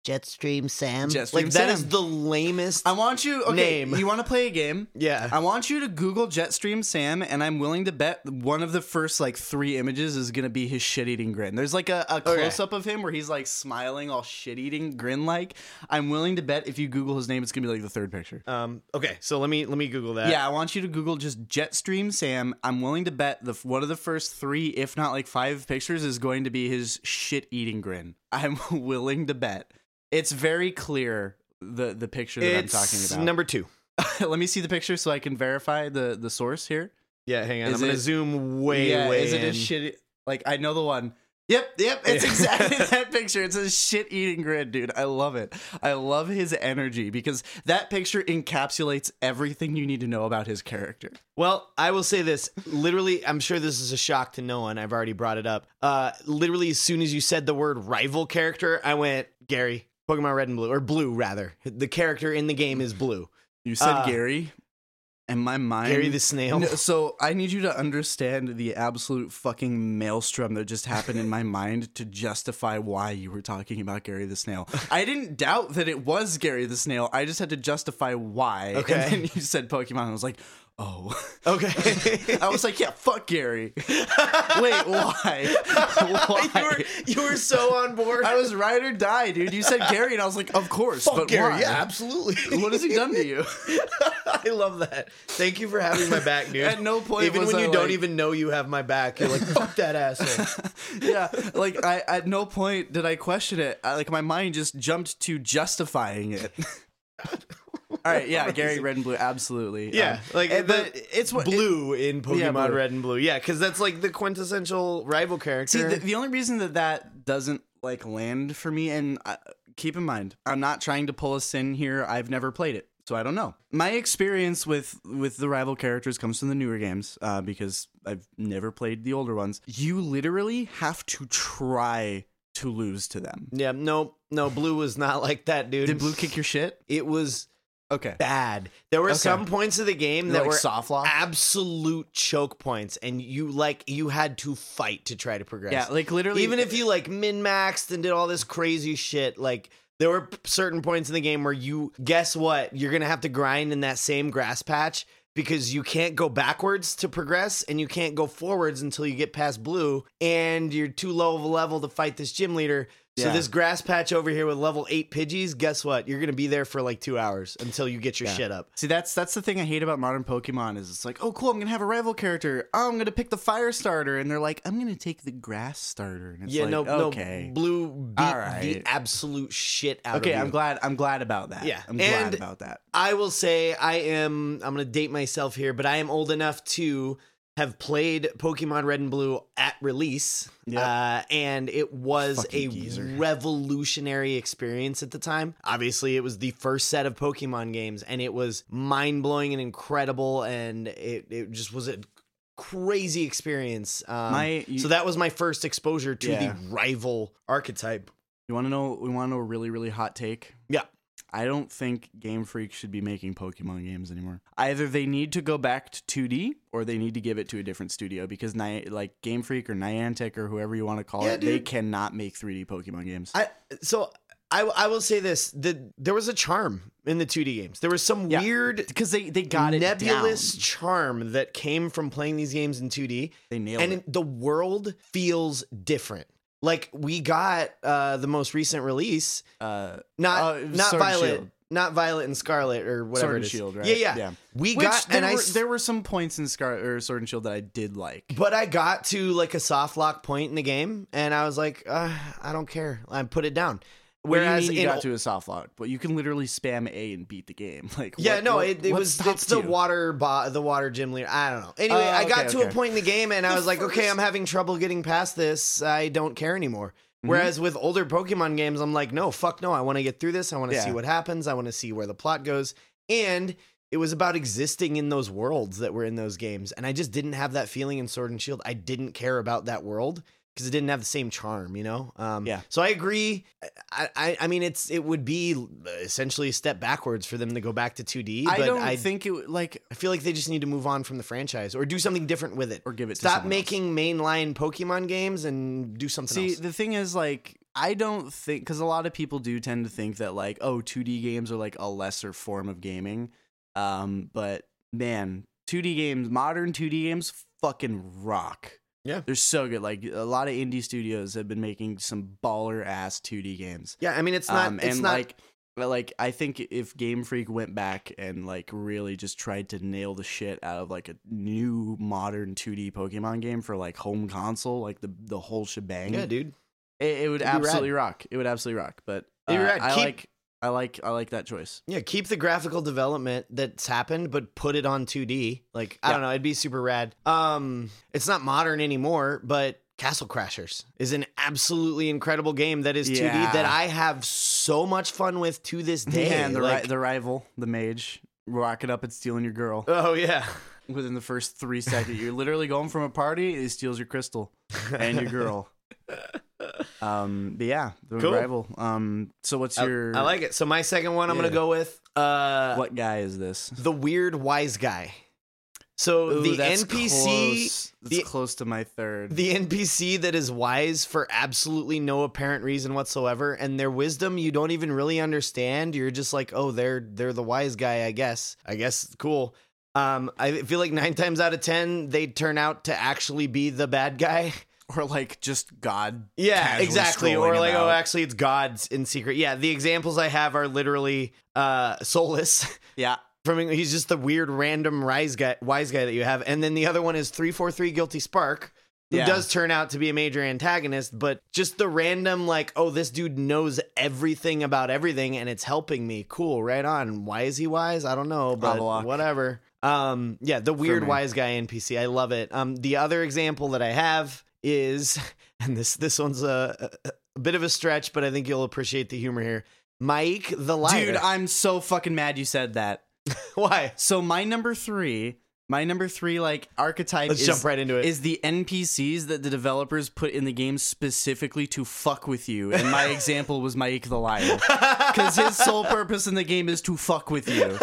A: Jetstream Sam,
B: Jetstream
A: like that is
B: Sam.
A: the lamest.
B: I want you okay,
A: Name.
B: you want to play a game?
A: yeah,
B: I want you to Google Jetstream Sam, and I'm willing to bet one of the first like three images is gonna be his shit eating grin. There's like a, a close up of him where he's like smiling, all shit eating grin like. I'm willing to bet if you Google his name, it's gonna be like the third picture.
A: Um. Okay. So let me let me Google that.
B: yeah, I want you to Google just Jetstream Sam. I'm willing to bet the one of the first three, if not like five pictures, is going to be his shit eating grin. I'm willing to bet. It's very clear the the picture that
A: It's
B: I'm talking about.
A: number two.
B: Let me see the picture so I can verify the the source here.
A: Yeah. Hang on.
B: Is
A: I'm gonna
B: it-
A: zoom way way
B: is it
A: in.
B: a shit? Like I know the one. Yep, yep, it's
A: Yeah.
B: exactly that picture. It's a shit eating grin, dude. I love it. I love his energy because that picture encapsulates everything you need to know about his character.
A: Well, I will say this. Literally, I'm sure this is a shock to no one. I've already brought it up. Uh, literally, as soon as you said the word rival character, I went Gary. Pokemon Red and Blue, or Blue rather. The character in the game is Blue.
B: You said
A: Uh,
B: Gary, and my mind.
A: Gary the Snail.
B: No, so I need you to understand the absolute fucking maelstrom that just happened in my mind to justify why you were talking about Gary the Snail. I didn't doubt that it was Gary the Snail. I just had to justify why.
A: Okay.
B: And then you said Pokemon. I was like, oh.
A: Okay.
B: I was like, yeah, fuck Gary. Wait, why? why?
A: you were you were so on board.
B: I was ride or die, dude. You said Gary, and I was like, of course.
A: Fuck
B: but
A: Gary,
B: why?
A: yeah, absolutely.
B: What has he done to you?
A: I love that. Thank you for having my back, dude.
B: At no point
A: even
B: was
A: when
B: I
A: you don't
B: like-
A: even know you have my back, you're like, fuck that asshole.
B: yeah like i at no point did i question it I, like my mind just jumped to justifying it all right yeah gary red and blue absolutely
A: Yeah, like
B: and-
A: the-
B: Um, eh, but it's what it-
A: blue in Pokemon
B: Yeah, blue.
A: Red and Blue. Yeah, because that's like the quintessential rival character.
B: see the, the only reason that that doesn't like land for me and uh, keep in mind i'm not trying to pull a sin here i've never played it so i don't know my experience with with the rival characters comes from the newer games uh, because i've never played the older ones you literally have to try to lose to them
A: yeah, no, no, Blue was not like that, dude.
B: did blue kick your shit
A: It was
B: okay
A: bad. There were
B: Okay.
A: some points of the game that
B: like
A: were
B: soft lock.
A: absolute choke points, and you like you had to fight to try to progress.
B: Yeah, like literally.
A: even if you like min maxed and did all this crazy shit, like there were p- certain points in the game where you guess what you're gonna have to grind in that same grass patch because you can't go backwards to progress and you can't go forwards until you get past blue and you're too low of a level to fight this gym leader. So
B: Yeah.
A: this grass patch over here with level eight Pidgeys, guess what? You're gonna be there for like two hours until you get your
B: Yeah.
A: shit up.
B: see that's that's the thing I hate about modern Pokemon is it's like, oh cool, I'm gonna have a rival character. Oh, I'm gonna pick the fire starter, and they're like, I'm gonna take the grass starter, and it's
A: yeah,
B: like,
A: no,
B: okay,
A: no, blue beat
B: All
A: the
B: right.
A: absolute shit out of
B: okay,
A: you.
B: I'm glad, I'm glad about that.
A: Yeah,
B: I'm
A: and-
B: glad about that.
A: I will say I am I'm going to date myself here, but I am old enough to have played Pokemon Red and Blue at release.
B: Yep.
A: Uh, and it was
B: Fucking
A: a
B: geezer.
A: revolutionary experience at the time. Obviously, it was the first set of Pokemon games and it was mind-blowing and incredible and it it just was a crazy experience. Um,
B: My-
A: so that was my first exposure to
B: Yeah.
A: the rival archetype.
B: You want to know? We want to know a really, really hot take.
A: Yeah.
B: I don't think Game Freak should be making Pokemon games anymore. Either they need to go back to 2D or they need to give it to a different studio because Ni- like Game Freak or Niantic or whoever you want to call
A: Yeah,
B: it, they
A: dude.
B: cannot make 3D Pokemon games.
A: I so I I will say this: the there was a charm in the 2D games. There was some
B: Yeah.
A: weird
B: because they they got it
A: nebulous
B: down.
A: charm that came from playing these games in 2D,
B: They nailed
A: and
B: it.
A: the world feels different. Like we got uh, the most recent release,
B: Uh,
A: not
B: Uh,
A: not
B: Sword and
A: Violet,
B: Shield.
A: not Violet and Scarlet or whatever
B: Sword
A: it
B: and
A: is.
B: Shield, right?
A: Yeah, yeah,
B: Yeah.
A: We
B: which
A: got
B: there,
A: and I
B: were,
A: s-
B: there were some points in Scar or Sword and Shield that I did like.
A: But I got to like a soft lock point in the game, and I was like, uh, I don't care. I put it down.
B: What do you
A: Whereas
B: mean you
A: in
B: got to a soft lock, but you can literally spam A and beat the game. Like
A: Yeah,
B: what-
A: no,
B: what-
A: it, it
B: what
A: was
B: stops
A: it's the
B: you?
A: water bo- the water gym leader. I don't know. Anyway,
B: Oh,
A: I got
B: okay,
A: to a
B: okay.
A: point in the game and I was like, okay, I'm having trouble getting past this. I don't care anymore.
B: Mm-hmm.
A: Whereas with older Pokemon games, I'm like, no, fuck no. I want to get through this. I want to
B: Yeah.
A: see what happens. I want to see where the plot goes. And it was about existing in those worlds that were in those games. And I just didn't have that feeling in Sword and Shield. I didn't care about that world because it didn't have the same charm, you know? Um,
B: Yeah.
A: So I agree. I, I, I mean, it's it would be uh, essentially a step backwards for them to go back to 2D.
B: I
A: but
B: don't
A: I,
B: think it w- like
A: I feel like they just need to move on from the franchise or do something different with it.
B: or give it. to
A: Stop
B: someone else.
A: making mainline Pokemon games and do something
B: See,
A: else.
B: the thing is, like, I don't think because a lot of people do tend to think that like, oh, 2D games are like a lesser form of gaming. Um, but man, 2D games, modern 2D games, fucking rock.
A: Yeah.
B: they're so good. Like a lot of indie studios have been making some baller ass 2D games.
A: yeah, I mean, it's not.
B: um,
A: it's
B: and
A: not.
B: like. But like I think if Game Freak went back and like really just tried to nail the shit out of like a new modern 2D Pokemon game for like home console, like the the whole shebang,
A: yeah, dude.
B: it, it would
A: It'd be rad.
B: absolutely rock. It would absolutely rock. But uh,
A: It'd be rad.
B: I
A: Keep-
B: like, I like, I like that choice.
A: Yeah, keep the graphical development that's happened, but put it on 2D. Like I
B: Yeah.
A: don't know, it'd be super rad. Um, it's not modern anymore, but Castle Crashers is an absolutely incredible game that is 2D
B: Yeah.
A: that I have so much fun with to this day.
B: Yeah, and the,
A: Like-
B: ri- the rival, the mage, rocking up and stealing your girl
A: oh yeah,
B: within the first three seconds. You're literally going from a party, he steals your crystal and your girl. Um, but yeah, the
A: Cool.
B: rival. Um, so what's
A: I,
B: your
A: I like it. So my second one, I'm gonna
B: Yeah.
A: go with uh,
B: what guy is this?
A: the weird wise guy. So
B: Ooh,
A: the
B: that's
A: NPC,
B: close. That's
A: the-
B: close to my third.
A: the NPC that is wise for absolutely no apparent reason whatsoever, and their wisdom you don't even really understand. You're just like, oh, they're they're the wise guy, I guess. I guess cool. Um, I feel like nine times out of ten they turn out to actually be the bad guy.
B: or like just God.
A: Yeah,
B: casually
A: exactly. Or
B: strolling
A: like, oh,
B: about.
A: actually, it's God's in secret. Yeah, the examples I have are literally uh, soulless.
B: Yeah.
A: From he's just the weird random wise guy, wise guy that you have, and then the other one is three four three guilty spark. Who
B: Yeah.
A: does turn out to be a major antagonist, but just the random, like, oh, this dude knows everything about everything and it's helping me. Cool, right on. Why is he wise? I don't know, but
B: Avalok.
A: whatever. Um, yeah, the weird
B: me.
A: wise guy NPC. I love it. Um, the other example that I have is, and this this one's a, a, a bit of a stretch, but I think you'll appreciate the humor here. Mike the liar.
B: Dude, I'm so fucking mad you said that.
A: Why?
B: So my number three, my number three like archetype
A: Let's
B: is,
A: jump right into it.
B: is the NPCs that the developers put in the game specifically to fuck with you. And my example was Mike the Liar. Because his sole purpose in the game is to fuck with you.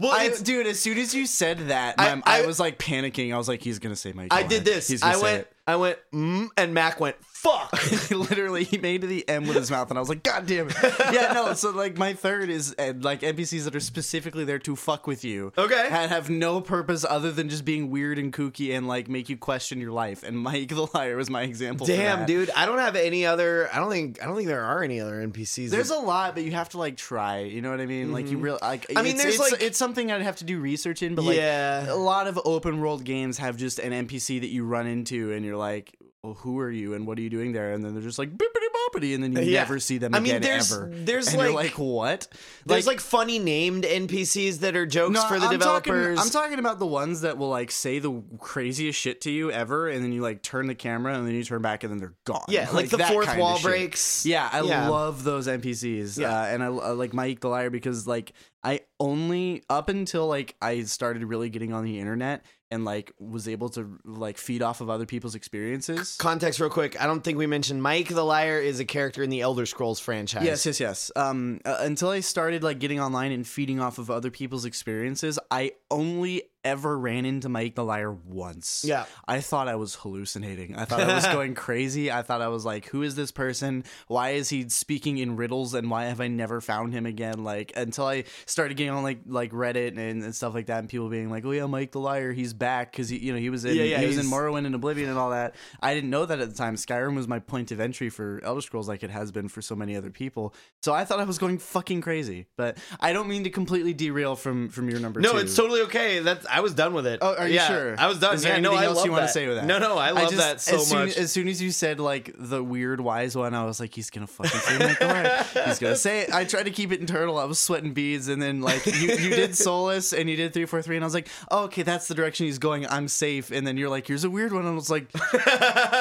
A: well,
B: I,
A: it's-
B: dude, as soon as you said that,
A: I-
B: my- I,
A: I-
B: was like panicking. I was like, he's gonna say Mike.
A: I
B: the
A: did
B: Liar.
A: this.
B: He's gonna
A: I
B: say
A: went.
B: it.
A: I went. Mm, and Mac went. Fuck.
B: Literally, he made the M with his mouth, and I was like, "God damn it!" Yeah, no. So, like, my third is uh, like NPCs that are specifically there to fuck with you,
A: Okay.
B: and have no purpose other than just being weird and kooky and like make you question your life. And Mike the Liar was my example. for
A: Damn,
B: that.
A: dude. I don't have any other. I don't think. I don't think there are any other NPCs.
B: There's
A: that-
B: a lot, but you have to like try. You know what I mean? Like you real. Like, I
A: Mm-hmm. mean,
B: it's,
A: there's,
B: it's-
A: like-
B: it's something I'd have to do research in, but like
A: Yeah.
B: a lot of open world games have just an NPC that you run into, and you're like, well, "Who are you? And what are you doing there?" And then they're just like bippity boppity, and then you
A: Yeah.
B: never see them
A: I
B: again
A: mean, there's-
B: ever.
A: there's,
B: and you're
A: like-
B: like what?
A: there's like funny named NPCs that are jokes for the
B: I'm
A: developers.
B: Talking, I'm talking about the ones that will like say the craziest shit to you ever, and then you like turn the camera, and then you turn back, and then they're gone.
A: yeah, like, the
B: that
A: fourth
B: kind of
A: wall
B: shit.
A: breaks.
B: Yeah, I
A: Yeah.
B: love those NPCs.
A: Yeah.
B: Uh, and I, I like Mike the Liar because like I only up until like I started really getting on the internet and like was able to like feed off of other people's experiences.
A: Context, real quick. I don't think we mentioned Mike the Liar is a character in the Elder Scrolls franchise.
B: Yes, yes, yes. Um, uh, until I started like getting online and feeding off of other people's experiences, I only ever ran into Mike the Liar once.
A: Yeah.
B: I thought I was hallucinating. I thought I was going crazy. I thought I was like, who is this person? Why is he speaking in riddles? And why have I never found him again? Like until I started getting on like like Reddit and, and stuff like that, and people being like, oh yeah, Mike the Liar, he's back because he you know he was in
A: Yeah, yeah,
B: he was in
A: he's-
B: Morrowind and Oblivion and all that. I didn't know that at the time. Skyrim was my point of entry for Elder Scrolls, like it has been for so many other people. So I thought I was going fucking crazy, but I don't mean to completely derail from from your number.
A: No,
B: two.
A: it's totally okay. That's I was done with it.
B: Oh, are you
A: Yeah,
B: sure?
A: I was done.
B: Is there
A: yeah, no,
B: anything
A: I
B: else
A: love
B: you want to say with that?
A: No, no, I love
B: just-
A: that so
B: as soon,
A: much.
B: As soon as you said like the weird wise one, I was like, he's gonna fucking say Mike the Liar. He's gonna say it. I tried to keep it internal. I was sweating beads, and then like you, you did Solace and you did three four three, and I was like, oh, okay, that's the direction he's going. I'm safe. And then you're like, here's a weird one, and I was like,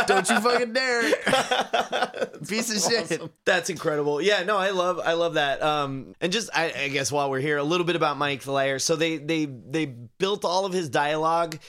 B: don't you fucking dare, piece of shit.
A: That's incredible. Yeah, no, I love I love that. Um and just I, I guess while we're here, a little bit about Mike the Liar. So they they they built all of his dialogue.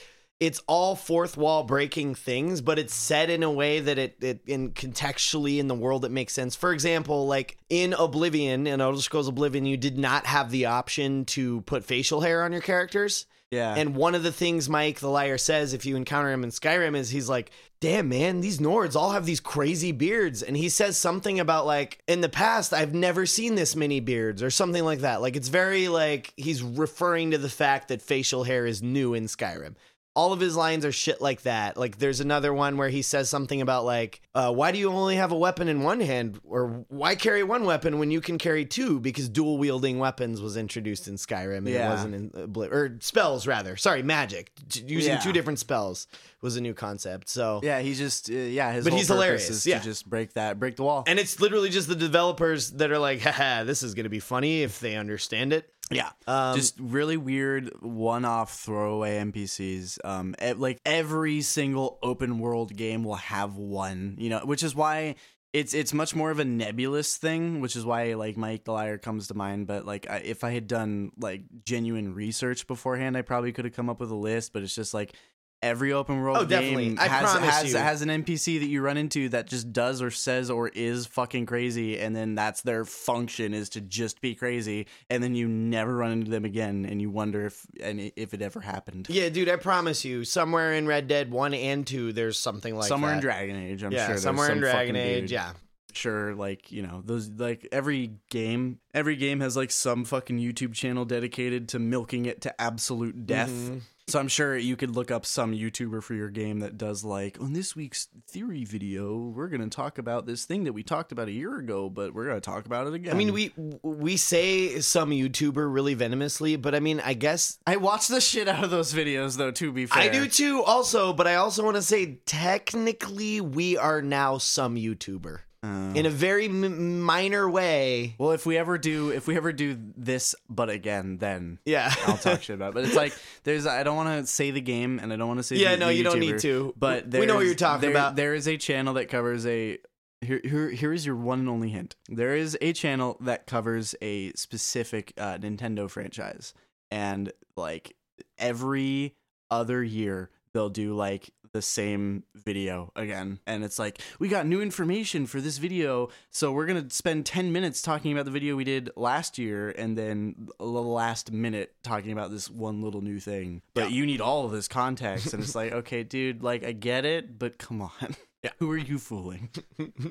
A: It's all fourth wall breaking things, but it's said in a way that it, it in contextually in the world it makes sense. For example, like in Oblivion, in Elder Scrolls Oblivion, you did not have the option to put facial hair on your characters.
B: Yeah.
A: And one of the things Mike the Liar says if you encounter him in Skyrim is he's like, damn, man, these Nords all have these crazy beards. And he says something about, like, in the past, I've never seen this many beards or something like that. Like, it's very like he's referring to the fact that facial hair is new in Skyrim. All of his lines are shit like that. Like, there's another one where he says something about, like, uh, why do you only have a weapon in one hand? Or why carry one weapon when you can carry two? Because dual wielding weapons was introduced in Skyrim and it
B: Yeah.
A: wasn't in Obli- or spells rather. Sorry, magic. T- using
B: Yeah.
A: two different spells was a new concept. So
B: yeah, he just uh, yeah, his
A: But
B: whole
A: he's
B: purpose
A: hilarious,
B: is
A: yeah.
B: to just break that break the wall.
A: and it's literally just the developers that are like, haha, this is gonna be funny if they understand it.
B: Yeah,
A: Um,
B: just really weird one-off throwaway NPCs. Um, e- like every single open world game will have one, you know, which is why it's it's much more of a nebulous thing, which is why like Mike the Liar comes to mind. But like I, if I had done like genuine research beforehand, I probably could have come up with a list. But it's just like every open world
A: Oh, definitely.
B: game
A: I
B: has
A: promise
B: has,
A: you.
B: has an NPC that you run into that just does or says or is fucking crazy, and then that's their function is to just be crazy, and then you never run into them again, and you wonder if and if it ever happened.
A: Yeah, dude, I promise you, somewhere in Red Dead One and Two, there's something like
B: somewhere
A: that.
B: in Dragon Age, I'm
A: yeah,
B: sure. there's
A: somewhere in
B: some
A: Dragon
B: fucking
A: Age.
B: dude.
A: Yeah,
B: sure like you know those like every game every game has like some fucking youtube channel dedicated to milking it to absolute death
A: Mhm.
B: so i'm sure you could look up some youtuber for your game that does like on this week's theory video we're gonna talk about this thing that we talked about a year ago but we're gonna talk about it again
A: I mean, we we say some YouTuber really venomously, but I mean, I guess
B: i watch the shit out of those videos though to be fair
A: I do too. Also, but I also want to say technically we are now some YouTuber
B: Oh.
A: in a very m- minor way.
B: well if we ever do if we ever do this but again then
A: Yeah,
B: I'll talk shit about. It. But it's like there's I don't want to say the game and I don't want to say
A: Yeah,
B: the-
A: no,
B: the
A: you don't
B: YouTuber,
A: need to.
B: But
A: We know what
B: there's-
A: you're talking
B: there-
A: about.
B: There is a channel that covers a here, here here is your one and only hint. There is a channel that covers a specific uh, Nintendo franchise and like every other year they'll do like the same video again and it's like we got new information for this video so we're going to spend 10 minutes talking about the video we did last year and then the last minute talking about this one little new thing but you need all of this context and it's like okay dude like i get it but come on who are you fooling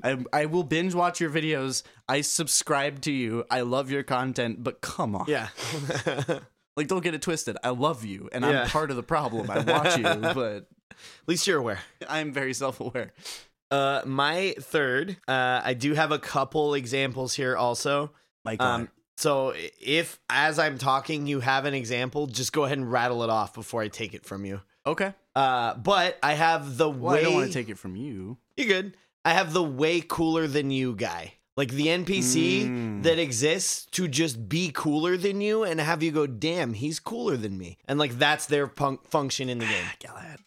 B: I, I will binge watch your videos i subscribe to you i love your content but come on
A: yeah.
B: like, don't get it twisted. I love you, and
A: Yeah.
B: I'm part of the problem. I watch you, but
A: At least you're aware.
B: I'm very self-aware.
A: Uh, my third, uh, I do have a couple examples here also.
B: Like,
A: Um, so i- if as I'm talking you have an example, just go ahead and rattle it off before I take it from you.
B: okay,
A: Uh, but I have the
B: well,
A: way
B: I don't want to take it from you.
A: you're good. I have the way cooler than you guy. Like the NPC
B: Mm.
A: that exists to just be cooler than you and have you go, damn, he's cooler than me. And like that's their punk function in the game.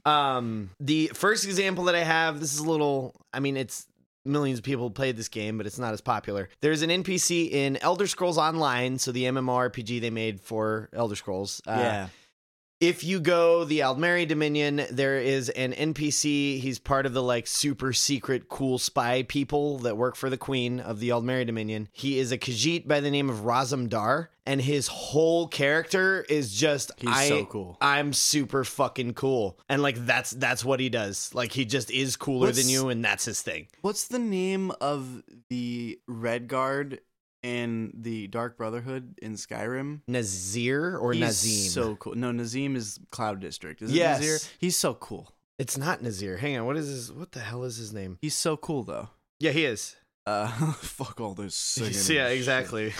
A: Um, the first example that I have, this is a little, I mean, it's millions of people played this game, but it's not as popular. There's an NPC in Elder Scrolls Online, so the MMORPG they made for Elder Scrolls. Uh,
B: yeah,
A: If you go the Aldmeri Dominion, there is an NPC. He's part of the like super secret cool spy people that work for the Queen of the Aldmeri Dominion. He is a Khajiit by the name of Razam Dar, and his whole character is just
B: he's
A: I
B: so cool.
A: I'm super fucking cool. And like that's that's what he does. Like he just is cooler
B: What's-
A: than you and that's his thing.
B: What's the name of the Red Guard in the Dark Brotherhood in Skyrim?
A: Nazir or
B: he's
A: Nazim?
B: so cool. No, Nazim is Cloud District. Is it
A: Yes.
B: Nazir? He's so cool.
A: it's not Nazir. Hang on, what is his what the hell is his name?
B: He's so cool though.
A: Yeah, he is.
B: Uh, fuck all those singing. and
A: yeah,
B: shit.
A: exactly.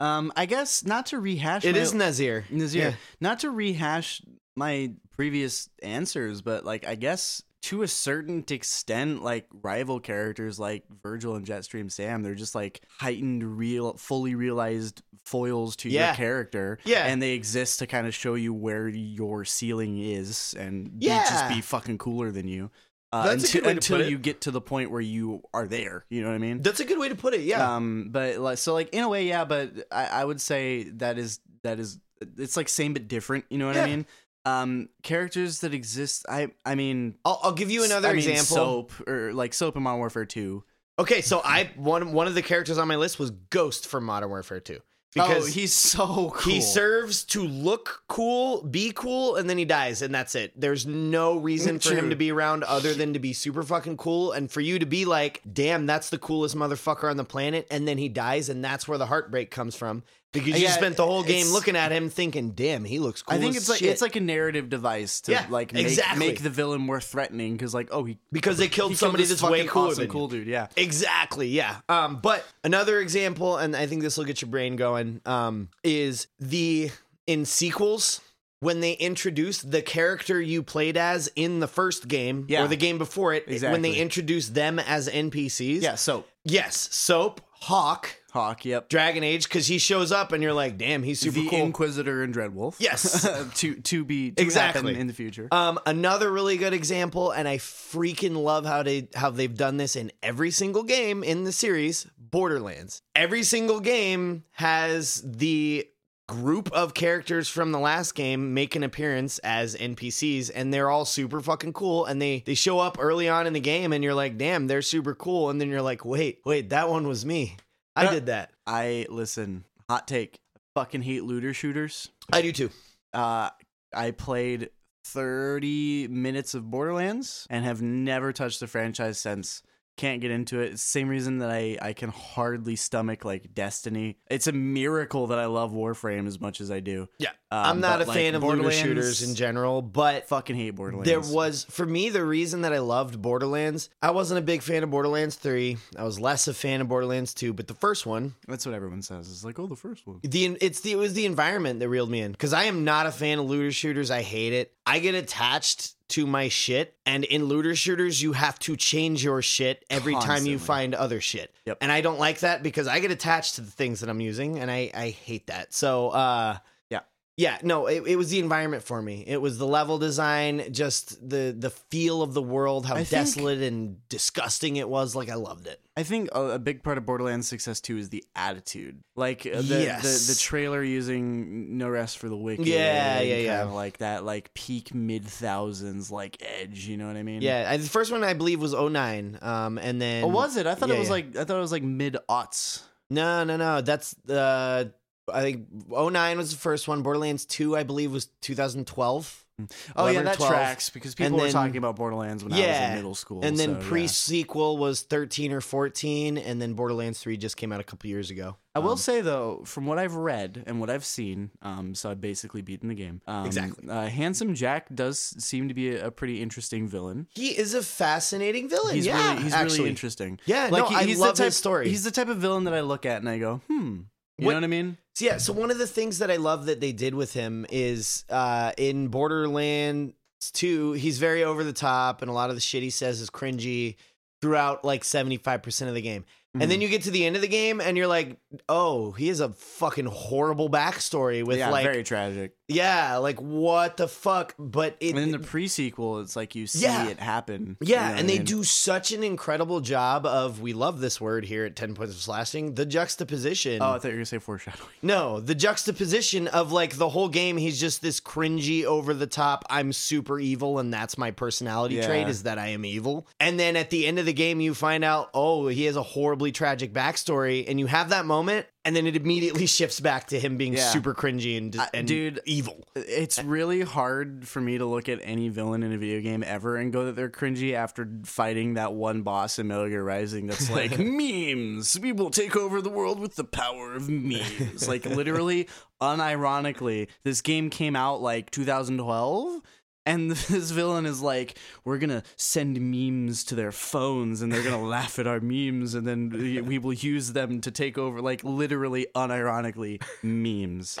B: Um, I guess not to rehash.
A: It
B: my-
A: is Nazir.
B: Nazir,
A: Yeah.
B: not to rehash my previous answers, but like I guess to a certain extent, like rival characters like Virgil and Jetstream Sam, they're just like heightened, real, fully realized foils to
A: Yeah.
B: your character.
A: Yeah.
B: and they exist to kind of show you where your ceiling is, and they just
A: Yeah.
B: be fucking cooler than you. Uh,
A: That's a
B: until,
A: good way to
B: until
A: put it.
B: you get to the point where you are there. You know what I mean?
A: That's a good way to put it. Yeah.
B: Um, but like, so like in a way, yeah. But I, I would say that is that is it's like same but different. You know what I
A: Yeah.
B: mean? Um, characters that exist. I I mean,
A: I'll, I'll give you another
B: I mean,
A: example.
B: Soap or like soap in Modern Warfare Two.
A: okay, so I one one of the characters on my list was Ghost from Modern Warfare 2
B: oh,
A: because
B: he's so cool.
A: he serves to look cool, be cool, and then he dies, and that's it. There's no reason for him
B: True.
A: to be around other than to be super fucking cool, and for you to be like, damn, that's the coolest motherfucker on the planet, and then he dies, and that's where the heartbreak comes from because you
B: Yeah,
A: spent the whole game
B: it's-
A: looking at him, thinking, damn, he looks cool.
B: I think
A: as
B: it's like
A: shit.
B: it's like a narrative device to
A: Yeah,
B: like make,
A: exactly.
B: make the villain more threatening because like oh he
A: because they
B: he
A: killed
B: killed
A: somebody
B: this
A: that's way
B: fucking
A: cooler
B: awesome
A: than you.
B: cool dude yeah
A: Exactly, yeah. Um, but another example, and I think this will get your brain going, um, is the in sequels when they introduce the character you played as in the first game
B: Yeah.
A: or the game before it, when they
B: Exactly.
A: introduce them as NPCs.
B: yeah soap
A: Yes, Soap, Hawk,
B: hawk yep
A: Dragon Age, because he shows up and you're like, damn, he's super
B: the
A: cool.
B: Inquisitor and Dreadwolf
A: Yes.
B: to to be to
A: Exactly.
B: happen in the future
A: Um, another really good example, and I freaking love how they how they've done this in every single game in the series. Borderlands. Every single game has the group of characters from the last game make an appearance as NPCs and they're all super fucking cool and they they show up early on in the game and you're like, "Damn, they're super cool." And then you're like, "Wait, wait, that one was me. I
B: Uh,
A: did that."
B: I listen. Hot take. I fucking hate looter shooters.
A: I do too.
B: Uh, I played 30 minutes of Borderlands and have never touched the franchise since. Can't get into it. It's the same reason that I, I can hardly stomach like Destiny. It's a miracle that I love Warframe as much as I do.
A: Yeah.
B: Um,
A: I'm not
B: but,
A: a
B: like,
A: fan of looter
B: Borderlands-
A: shooters in general, but
B: Fucking hate Borderlands.
A: There was for me the reason that I loved Borderlands. I wasn't a big fan of Borderlands 3. I was less a fan of Borderlands 2, but the first one,
B: That's what everyone says. It's like, oh, the first one.
A: the it's the it was the environment that reeled me in cuz I am not a fan of looter shooters. I hate it. I get attached to my shit and in looter shooters you have to change your shit every time
B: Constantly.
A: you find other shit.
B: Yep.
A: And I don't like that because I get attached to the things that I'm using and I I hate that. So, uh
B: Yeah.
A: yeah, no, it, it was the environment for me. It was the level design, just the the feel of the world, how
B: I think-
A: desolate and disgusting it was. Like I loved it.
B: I think a, a big part of Borderlands success too is the attitude, like uh, the
A: Yes.
B: the, the trailer using "No Rest for the Wicked,"
A: Yeah,
B: and
A: yeah, yeah.
B: kinda like that, like peak mid thousands, like edge. You know what I mean?
A: Yeah, I, the first one I believe was 09. Um, and then
B: Oh, was it? I thought
A: Yeah,
B: it was
A: yeah.
B: like I thought it was like mid aughts.
A: no, no, no. That's uh, I think 09 was the first one. Borderlands 2, I believe, was 2012.
B: Oh
A: 11
B: yeah,
A: or
B: that
A: 12.
B: tracks because people
A: And
B: were
A: then-
B: talking about Borderlands when I was
A: Yeah.
B: in middle school,
A: and then
B: so,
A: pre
B: yeah.
A: sequel was 13 or 14, and then Borderlands 3 just came out a couple years ago.
B: I will
A: Um,
B: say though, from what I've read and what I've seen, um, so I've basically beaten the game. Um,
A: Exactly.
B: Uh, Handsome Jack does seem to be a, a pretty interesting villain.
A: He is a fascinating villain.
B: He's
A: yeah,
B: really he's
A: actually.
B: really interesting.
A: Yeah,
B: Like
A: no,
B: he-
A: I
B: he's
A: love
B: the type,
A: his story.
B: He's the type of villain that I look at and I go, hmm. You
A: What-
B: know what I mean?
A: So yeah, so one of the things that I love that they did with him is uh, in Borderlands 2, he's very over the top, and a lot of the shit he says is cringy throughout like 75% of the game. And
B: Mm-hmm.
A: then you get to the end of the game and you're like, oh, he has a fucking horrible backstory with
B: yeah,
A: like,
B: very tragic.
A: yeah, like what the fuck? But it,
B: And in the pre-sequel, it's like you see
A: Yeah.
B: it happen. you know
A: yeah,
B: what I
A: and they
B: mean?
A: do such an incredible job of, we love this word here at 10 points of slashing, the juxtaposition.
B: Oh, I thought you were gonna say foreshadowing.
A: No, the juxtaposition of like the whole game, he's just this cringy, over the top, I'm super evil, and that's my personality
B: Yeah.
A: trait is that I am evil. And then at the end of the game, you find out, oh, he has a horribly tragic backstory, and you have that moment, and then it immediately shifts back to him being
B: Yeah.
A: super cringy and,
B: I-
A: and
B: dude,
A: evil.
B: It's really hard for me to look at any villain in a video game ever and go that they're cringy after fighting that one boss in Metal Gear Rising that's like memes. We will take over the world with the power of memes. like literally, unironically, this game came out like 2012. And this villain is like, we're gonna send memes to their phones, and they're gonna laugh at our memes, and then we- we will use them to take over, like literally, unironically, memes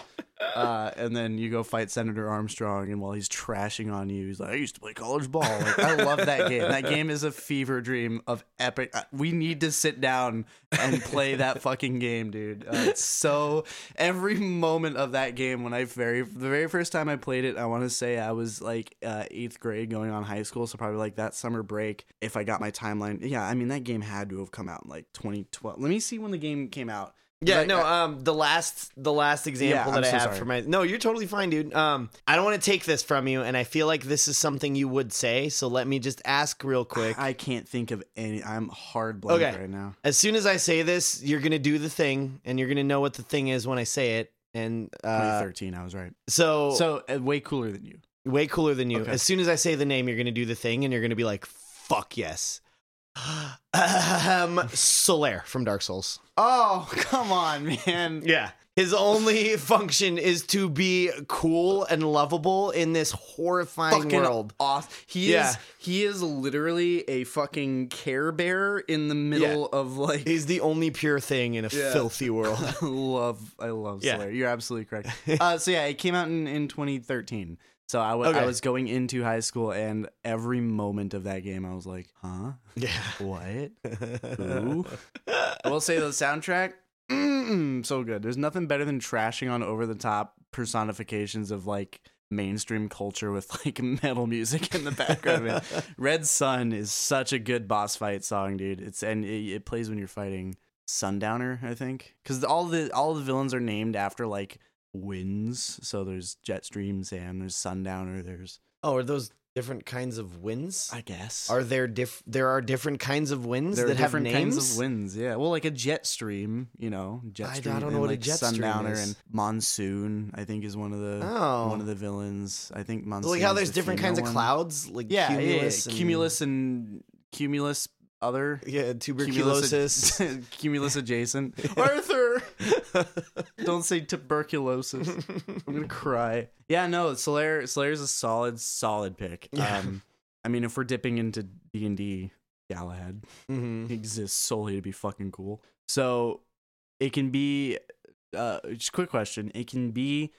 B: uh, and then you go fight Senator Armstrong, and while he's trashing on you, he's like, "I used to play college ball." Like, I love that game. That game is a fever dream of epic. uh, We need to sit down and play that fucking game, dude. Uh, it's so every moment of that game when I very the very first time I played it, I want to say I was like uh, eighth grade, going on high school, so probably like that summer break. If I got my timeline, yeah, I mean that game had to have come out in like 2012. Let me see when the game came out.
A: Yeah,
B: Like,
A: no. Um, the last, the last example
B: Yeah, I'm
A: that I
B: so
A: have
B: sorry.
A: for my no, you're totally fine, dude. Um, I don't want to take this from you, and I feel like this is something you would say. So let me just ask real quick.
B: I can't think of any. I'm hard blank
A: Okay.
B: right now.
A: As soon as I say this, you're gonna do the thing, and you're gonna know what the thing is when I say it. And uh, oh.
B: 2013, I was right.
A: so,
B: So uh, way cooler than you.
A: way cooler than you.
B: Okay.
A: As soon as I say the name, you're gonna do the thing, and you're gonna be like, "Fuck yes." um, Solaire from Dark Souls.
B: Oh come on, man.
A: Yeah. His only function is to be cool and lovable in this horrifying
B: Fucking
A: world.
B: off. He
A: Yeah.
B: is. He is literally a fucking care bear in the middle of like.
A: He's the only pure thing in a
B: Yeah.
A: filthy world.
B: I love. I love
A: Yeah.
B: Slayer. You're absolutely correct. uh, so yeah, it came out in, in 2013. So I wa-
A: Okay.
B: I was going into high school, and every moment of that game, I was like, huh,
A: yeah.
B: what? Ooh. I will say the soundtrack, mm, so good. There's nothing better than trashing on over the top personifications of like mainstream culture with like metal music in the background. man. Red Sun is such a good boss fight song, dude. It's and it, it plays when you're fighting Sundowner, I think, because all the all the villains are named after like winds. So there's jet stream Sam, there's sundowner, there's
A: Oh, are those different kinds of winds?
B: I guess
A: Are there diff? There are different kinds of winds
B: there are
A: that have
B: different
A: names.
B: kinds of winds. Yeah, well, like a jet stream, you know,
A: I-
B: jet
A: I
B: stream.
A: don't know
B: and
A: what a
B: like
A: jet stream
B: sundowner
A: is.
B: and monsoon. I think is one of the
A: Oh.
B: one of the villains. I think monsoon.
A: like how
B: is
A: there's
B: the
A: different kinds
B: female
A: of
B: one.
A: clouds, like
B: Yeah,
A: cumulus,
B: cumulus,
A: and,
B: cumulus, and cumulus. Other
A: yeah,
B: cumulus ad-
A: tuberculosis.
B: cumulus adjacent. Arthur, don't say tuberculosis. I'm gonna cry. Yeah, no, Slayer. Slayer's a solid, solid pick.
A: Yeah.
B: Um, I mean, if we're dipping into D and D, Galahad
A: Mhm.
B: exists solely to be fucking cool. So it can be uh just a quick question. It can be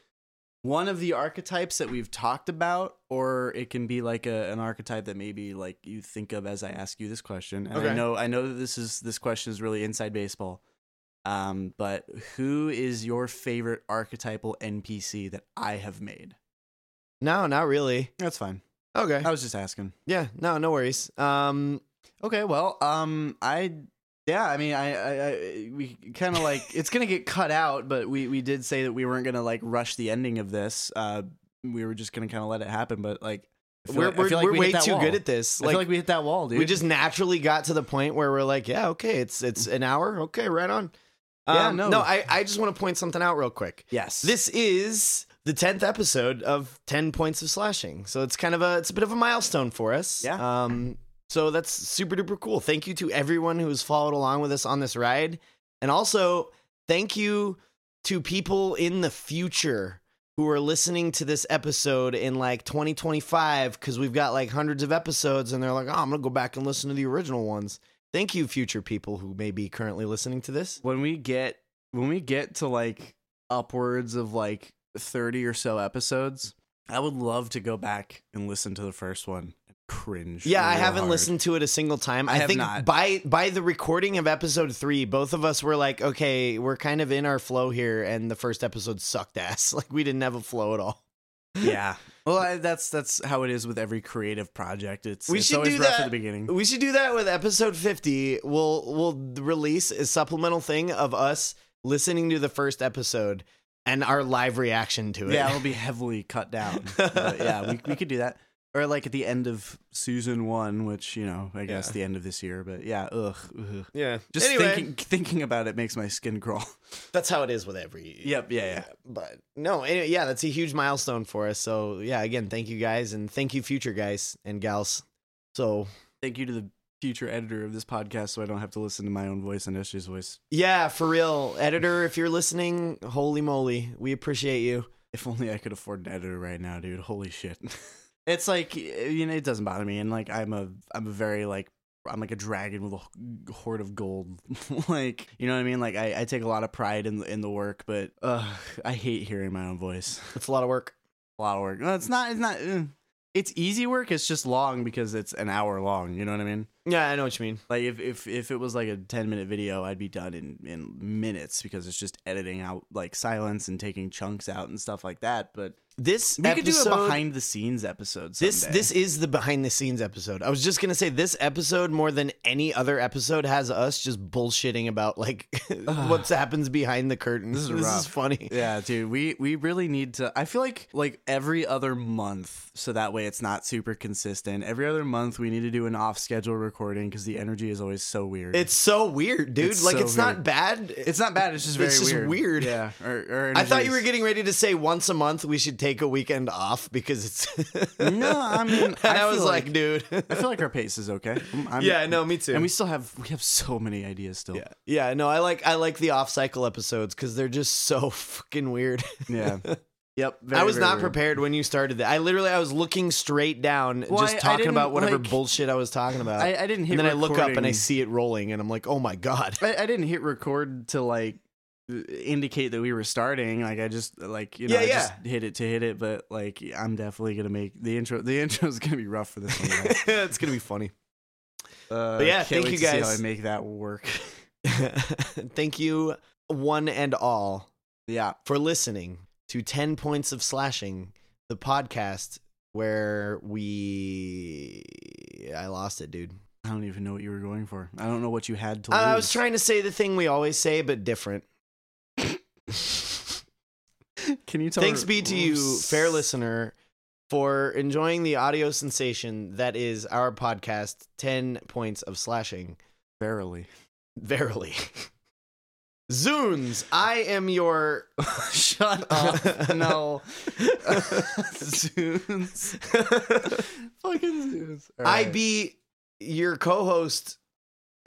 B: one of the archetypes that we've talked about, or it can be like a, an archetype that maybe like you think of as I ask you this question. And
A: Okay.
B: I know I know that this is this question is really inside baseball. Um, but who is your favorite archetypal NPC that I have made?
A: No, not really.
B: That's fine.
A: Okay.
B: I was just asking.
A: Yeah. No, no worries. Um,
B: Okay, well, um, I, yeah, I mean, I, I, I we kind of like it's gonna get cut out, but we we did say that we weren't gonna like rush the ending of this. Uh, we were just gonna kind of let it happen, but like, I feel
A: we're
B: like- I
A: we're,
B: feel like
A: we're
B: we hit
A: way
B: that
A: too
B: wall.
A: good at this.
B: I
A: Like,
B: feel like we hit that wall, dude.
A: we just naturally got to the point where we're like, yeah, okay, it's it's an hour. Okay, right on.
B: Yeah,
A: Um,
B: no.
A: no, I, I just want to point something out real quick.
B: yes,
A: This is the tenth episode of Ten Points of Slashing, so it's kind of a it's a bit of a milestone for us.
B: Yeah.
A: Um. So that's super duper cool. Thank you to everyone who has followed along with us on this ride, and also thank you to people in the future who are listening to this episode in like 2025 because we've got like hundreds of episodes and they're like, oh, I'm gonna go back and listen to the original ones. Thank you, future people who may be currently listening to this.
B: when we get when we get to like upwards of like thirty or so episodes, I would love to go back and listen to the first one. and Cringe.
A: Yeah, I
B: real
A: haven't
B: hard.
A: listened to it a single time.
B: I
A: I,
B: have
A: think
B: not.
A: by by the recording of episode three, both of us were like, okay, we're kind of in our flow here, and the first episode sucked ass. Like we didn't have a flow at all.
B: yeah. Well, I, that's that's how it is with every creative project. It's
A: We
B: it's
A: should
B: always
A: do
B: rough at
A: that.
B: the beginning.
A: We should do that with episode fifty. We'll we'll release a supplemental thing of us listening to the first episode and our live reaction to it.
B: Yeah, it'll be heavily cut down. But yeah, we we could do that. Or like at the end of season one, which you know, I guess
A: Yeah.
B: the end of this year. But yeah, ugh. ugh.
A: yeah.
B: Just
A: anyway,
B: thinking thinking about it makes my skin crawl.
A: that's how it is with every
B: yep. Yeah. Yeah.
A: but no, anyway, yeah, that's a huge milestone for us. So yeah, again, thank you guys and thank you future guys and gals. So
B: Thank you to the future editor of this podcast, so I don't have to listen to my own voice and Eshi's voice.
A: yeah, for real, editor, if you're listening, holy moly, we appreciate you.
B: If only I could afford an editor right now, dude. Holy shit. it's like you know, it doesn't bother me, and like I'm a I'm a very like I'm like a dragon with a h- hoard of gold. like you know what I mean? Like I, I take a lot of pride in the- in the work, but uh, I hate hearing my own voice.
A: It's a lot of work.
B: a lot of work. No, it's not. It's not. eh. It's easy work. It's just long because it's an hour long. You know what I mean?
A: Yeah, I know what you mean.
B: Like if if if it was like a ten minute video, I'd be done in in minutes because it's just editing out like silence and taking chunks out and stuff like that. But
A: This
B: we could do a
A: episode-
B: behind the scenes episode.
A: This
B: someday.
A: this is the behind the scenes episode. I was just gonna say this episode more than any other episode has us just bullshitting about like what happens behind the curtain.
B: This is rough.
A: funny.
B: Yeah, dude, we we really need to. I feel like like every other month, so that way it's not super consistent. Every other month, we need to do an off schedule recording because the energy is always so weird.
A: It's so weird, dude.
B: It's
A: like
B: so
A: it's not
B: weird.
A: bad.
B: it's not bad. It's just very
A: it's just
B: weird.
A: weird.
B: Yeah. Our- our
A: I thought
B: energy
A: you were
B: is-
A: getting ready to say once a month we should take a weekend off because it's.
B: No, I mean,
A: and
B: I
A: I, was
B: feel
A: like,
B: like-
A: dude.
B: I feel like our pace is okay. I'm- I'm-
A: yeah, no, me too.
B: And we still have we have so many ideas still.
A: yeah, yeah, no, I like I like the off cycle episodes because they're just so fucking weird.
B: Yeah. yep.
A: I was not prepared when you started that. I literally I was looking straight down,
B: Well,
A: just
B: I- I
A: talking
B: didn't,
A: about whatever
B: like-
A: bullshit I was talking about.
B: I, I didn't hit.
A: and then I look up and I
B: recording-
A: see it rolling, and I'm like, oh my god.
B: I, I didn't hit record to like indicate that we were starting. Like I just like you know
A: Yeah,
B: I
A: yeah.
B: just hit it to hit it, but like I'm definitely gonna make the intro. The intro is gonna be rough for this one. guys.
A: it's gonna be funny.
B: Uh,
A: But yeah,
B: can't
A: thank
B: wait
A: you
B: to see
A: guys.
B: how I make that work.
A: Thank you, one and all.
B: yeah,
A: for listening to 10 Points of Slashing, the podcast where we. I lost it, dude.
B: I don't even know what you were going for. I don't know what you had to. Lose.
A: I I was trying to say the thing we always say, but different.
B: Can you tell?
A: Thanks
B: her-
A: be to you, fair listener, for enjoying the audio sensation that is our podcast, 10 Points of Slashing.
B: Verily.
A: Verily. Zunes, I am your.
B: Shut up. No. Zunes. Fucking Zunes. All
A: I
B: right.
A: be your co host,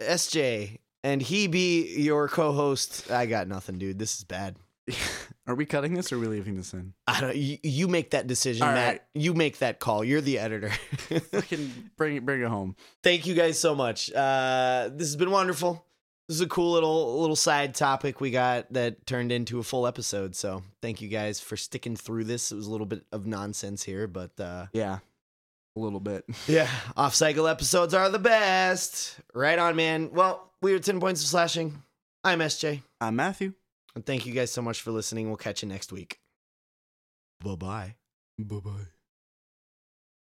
A: SJ, and he be your co host. I got nothing, dude. This is bad.
B: Are we cutting this or are we leaving this in?
A: I don't, you, you make that decision,
B: All
A: Matt.
B: right.
A: You make that call. You're the editor.
B: Fucking bring it, bring it home.
A: thank you guys so much. Uh, this has been wonderful. This is a cool little little side topic we got that turned into a full episode. So thank you guys for sticking through this. It was a little bit of nonsense here, but uh,
B: Yeah, a little bit.
A: yeah, off cycle episodes are the best. Right on, man. Well, we are ten points of slashing. I'm SJ,
B: I'm Matthew.
A: and thank you guys so much for listening. We'll catch you next week. Bye bye.
B: Bye bye.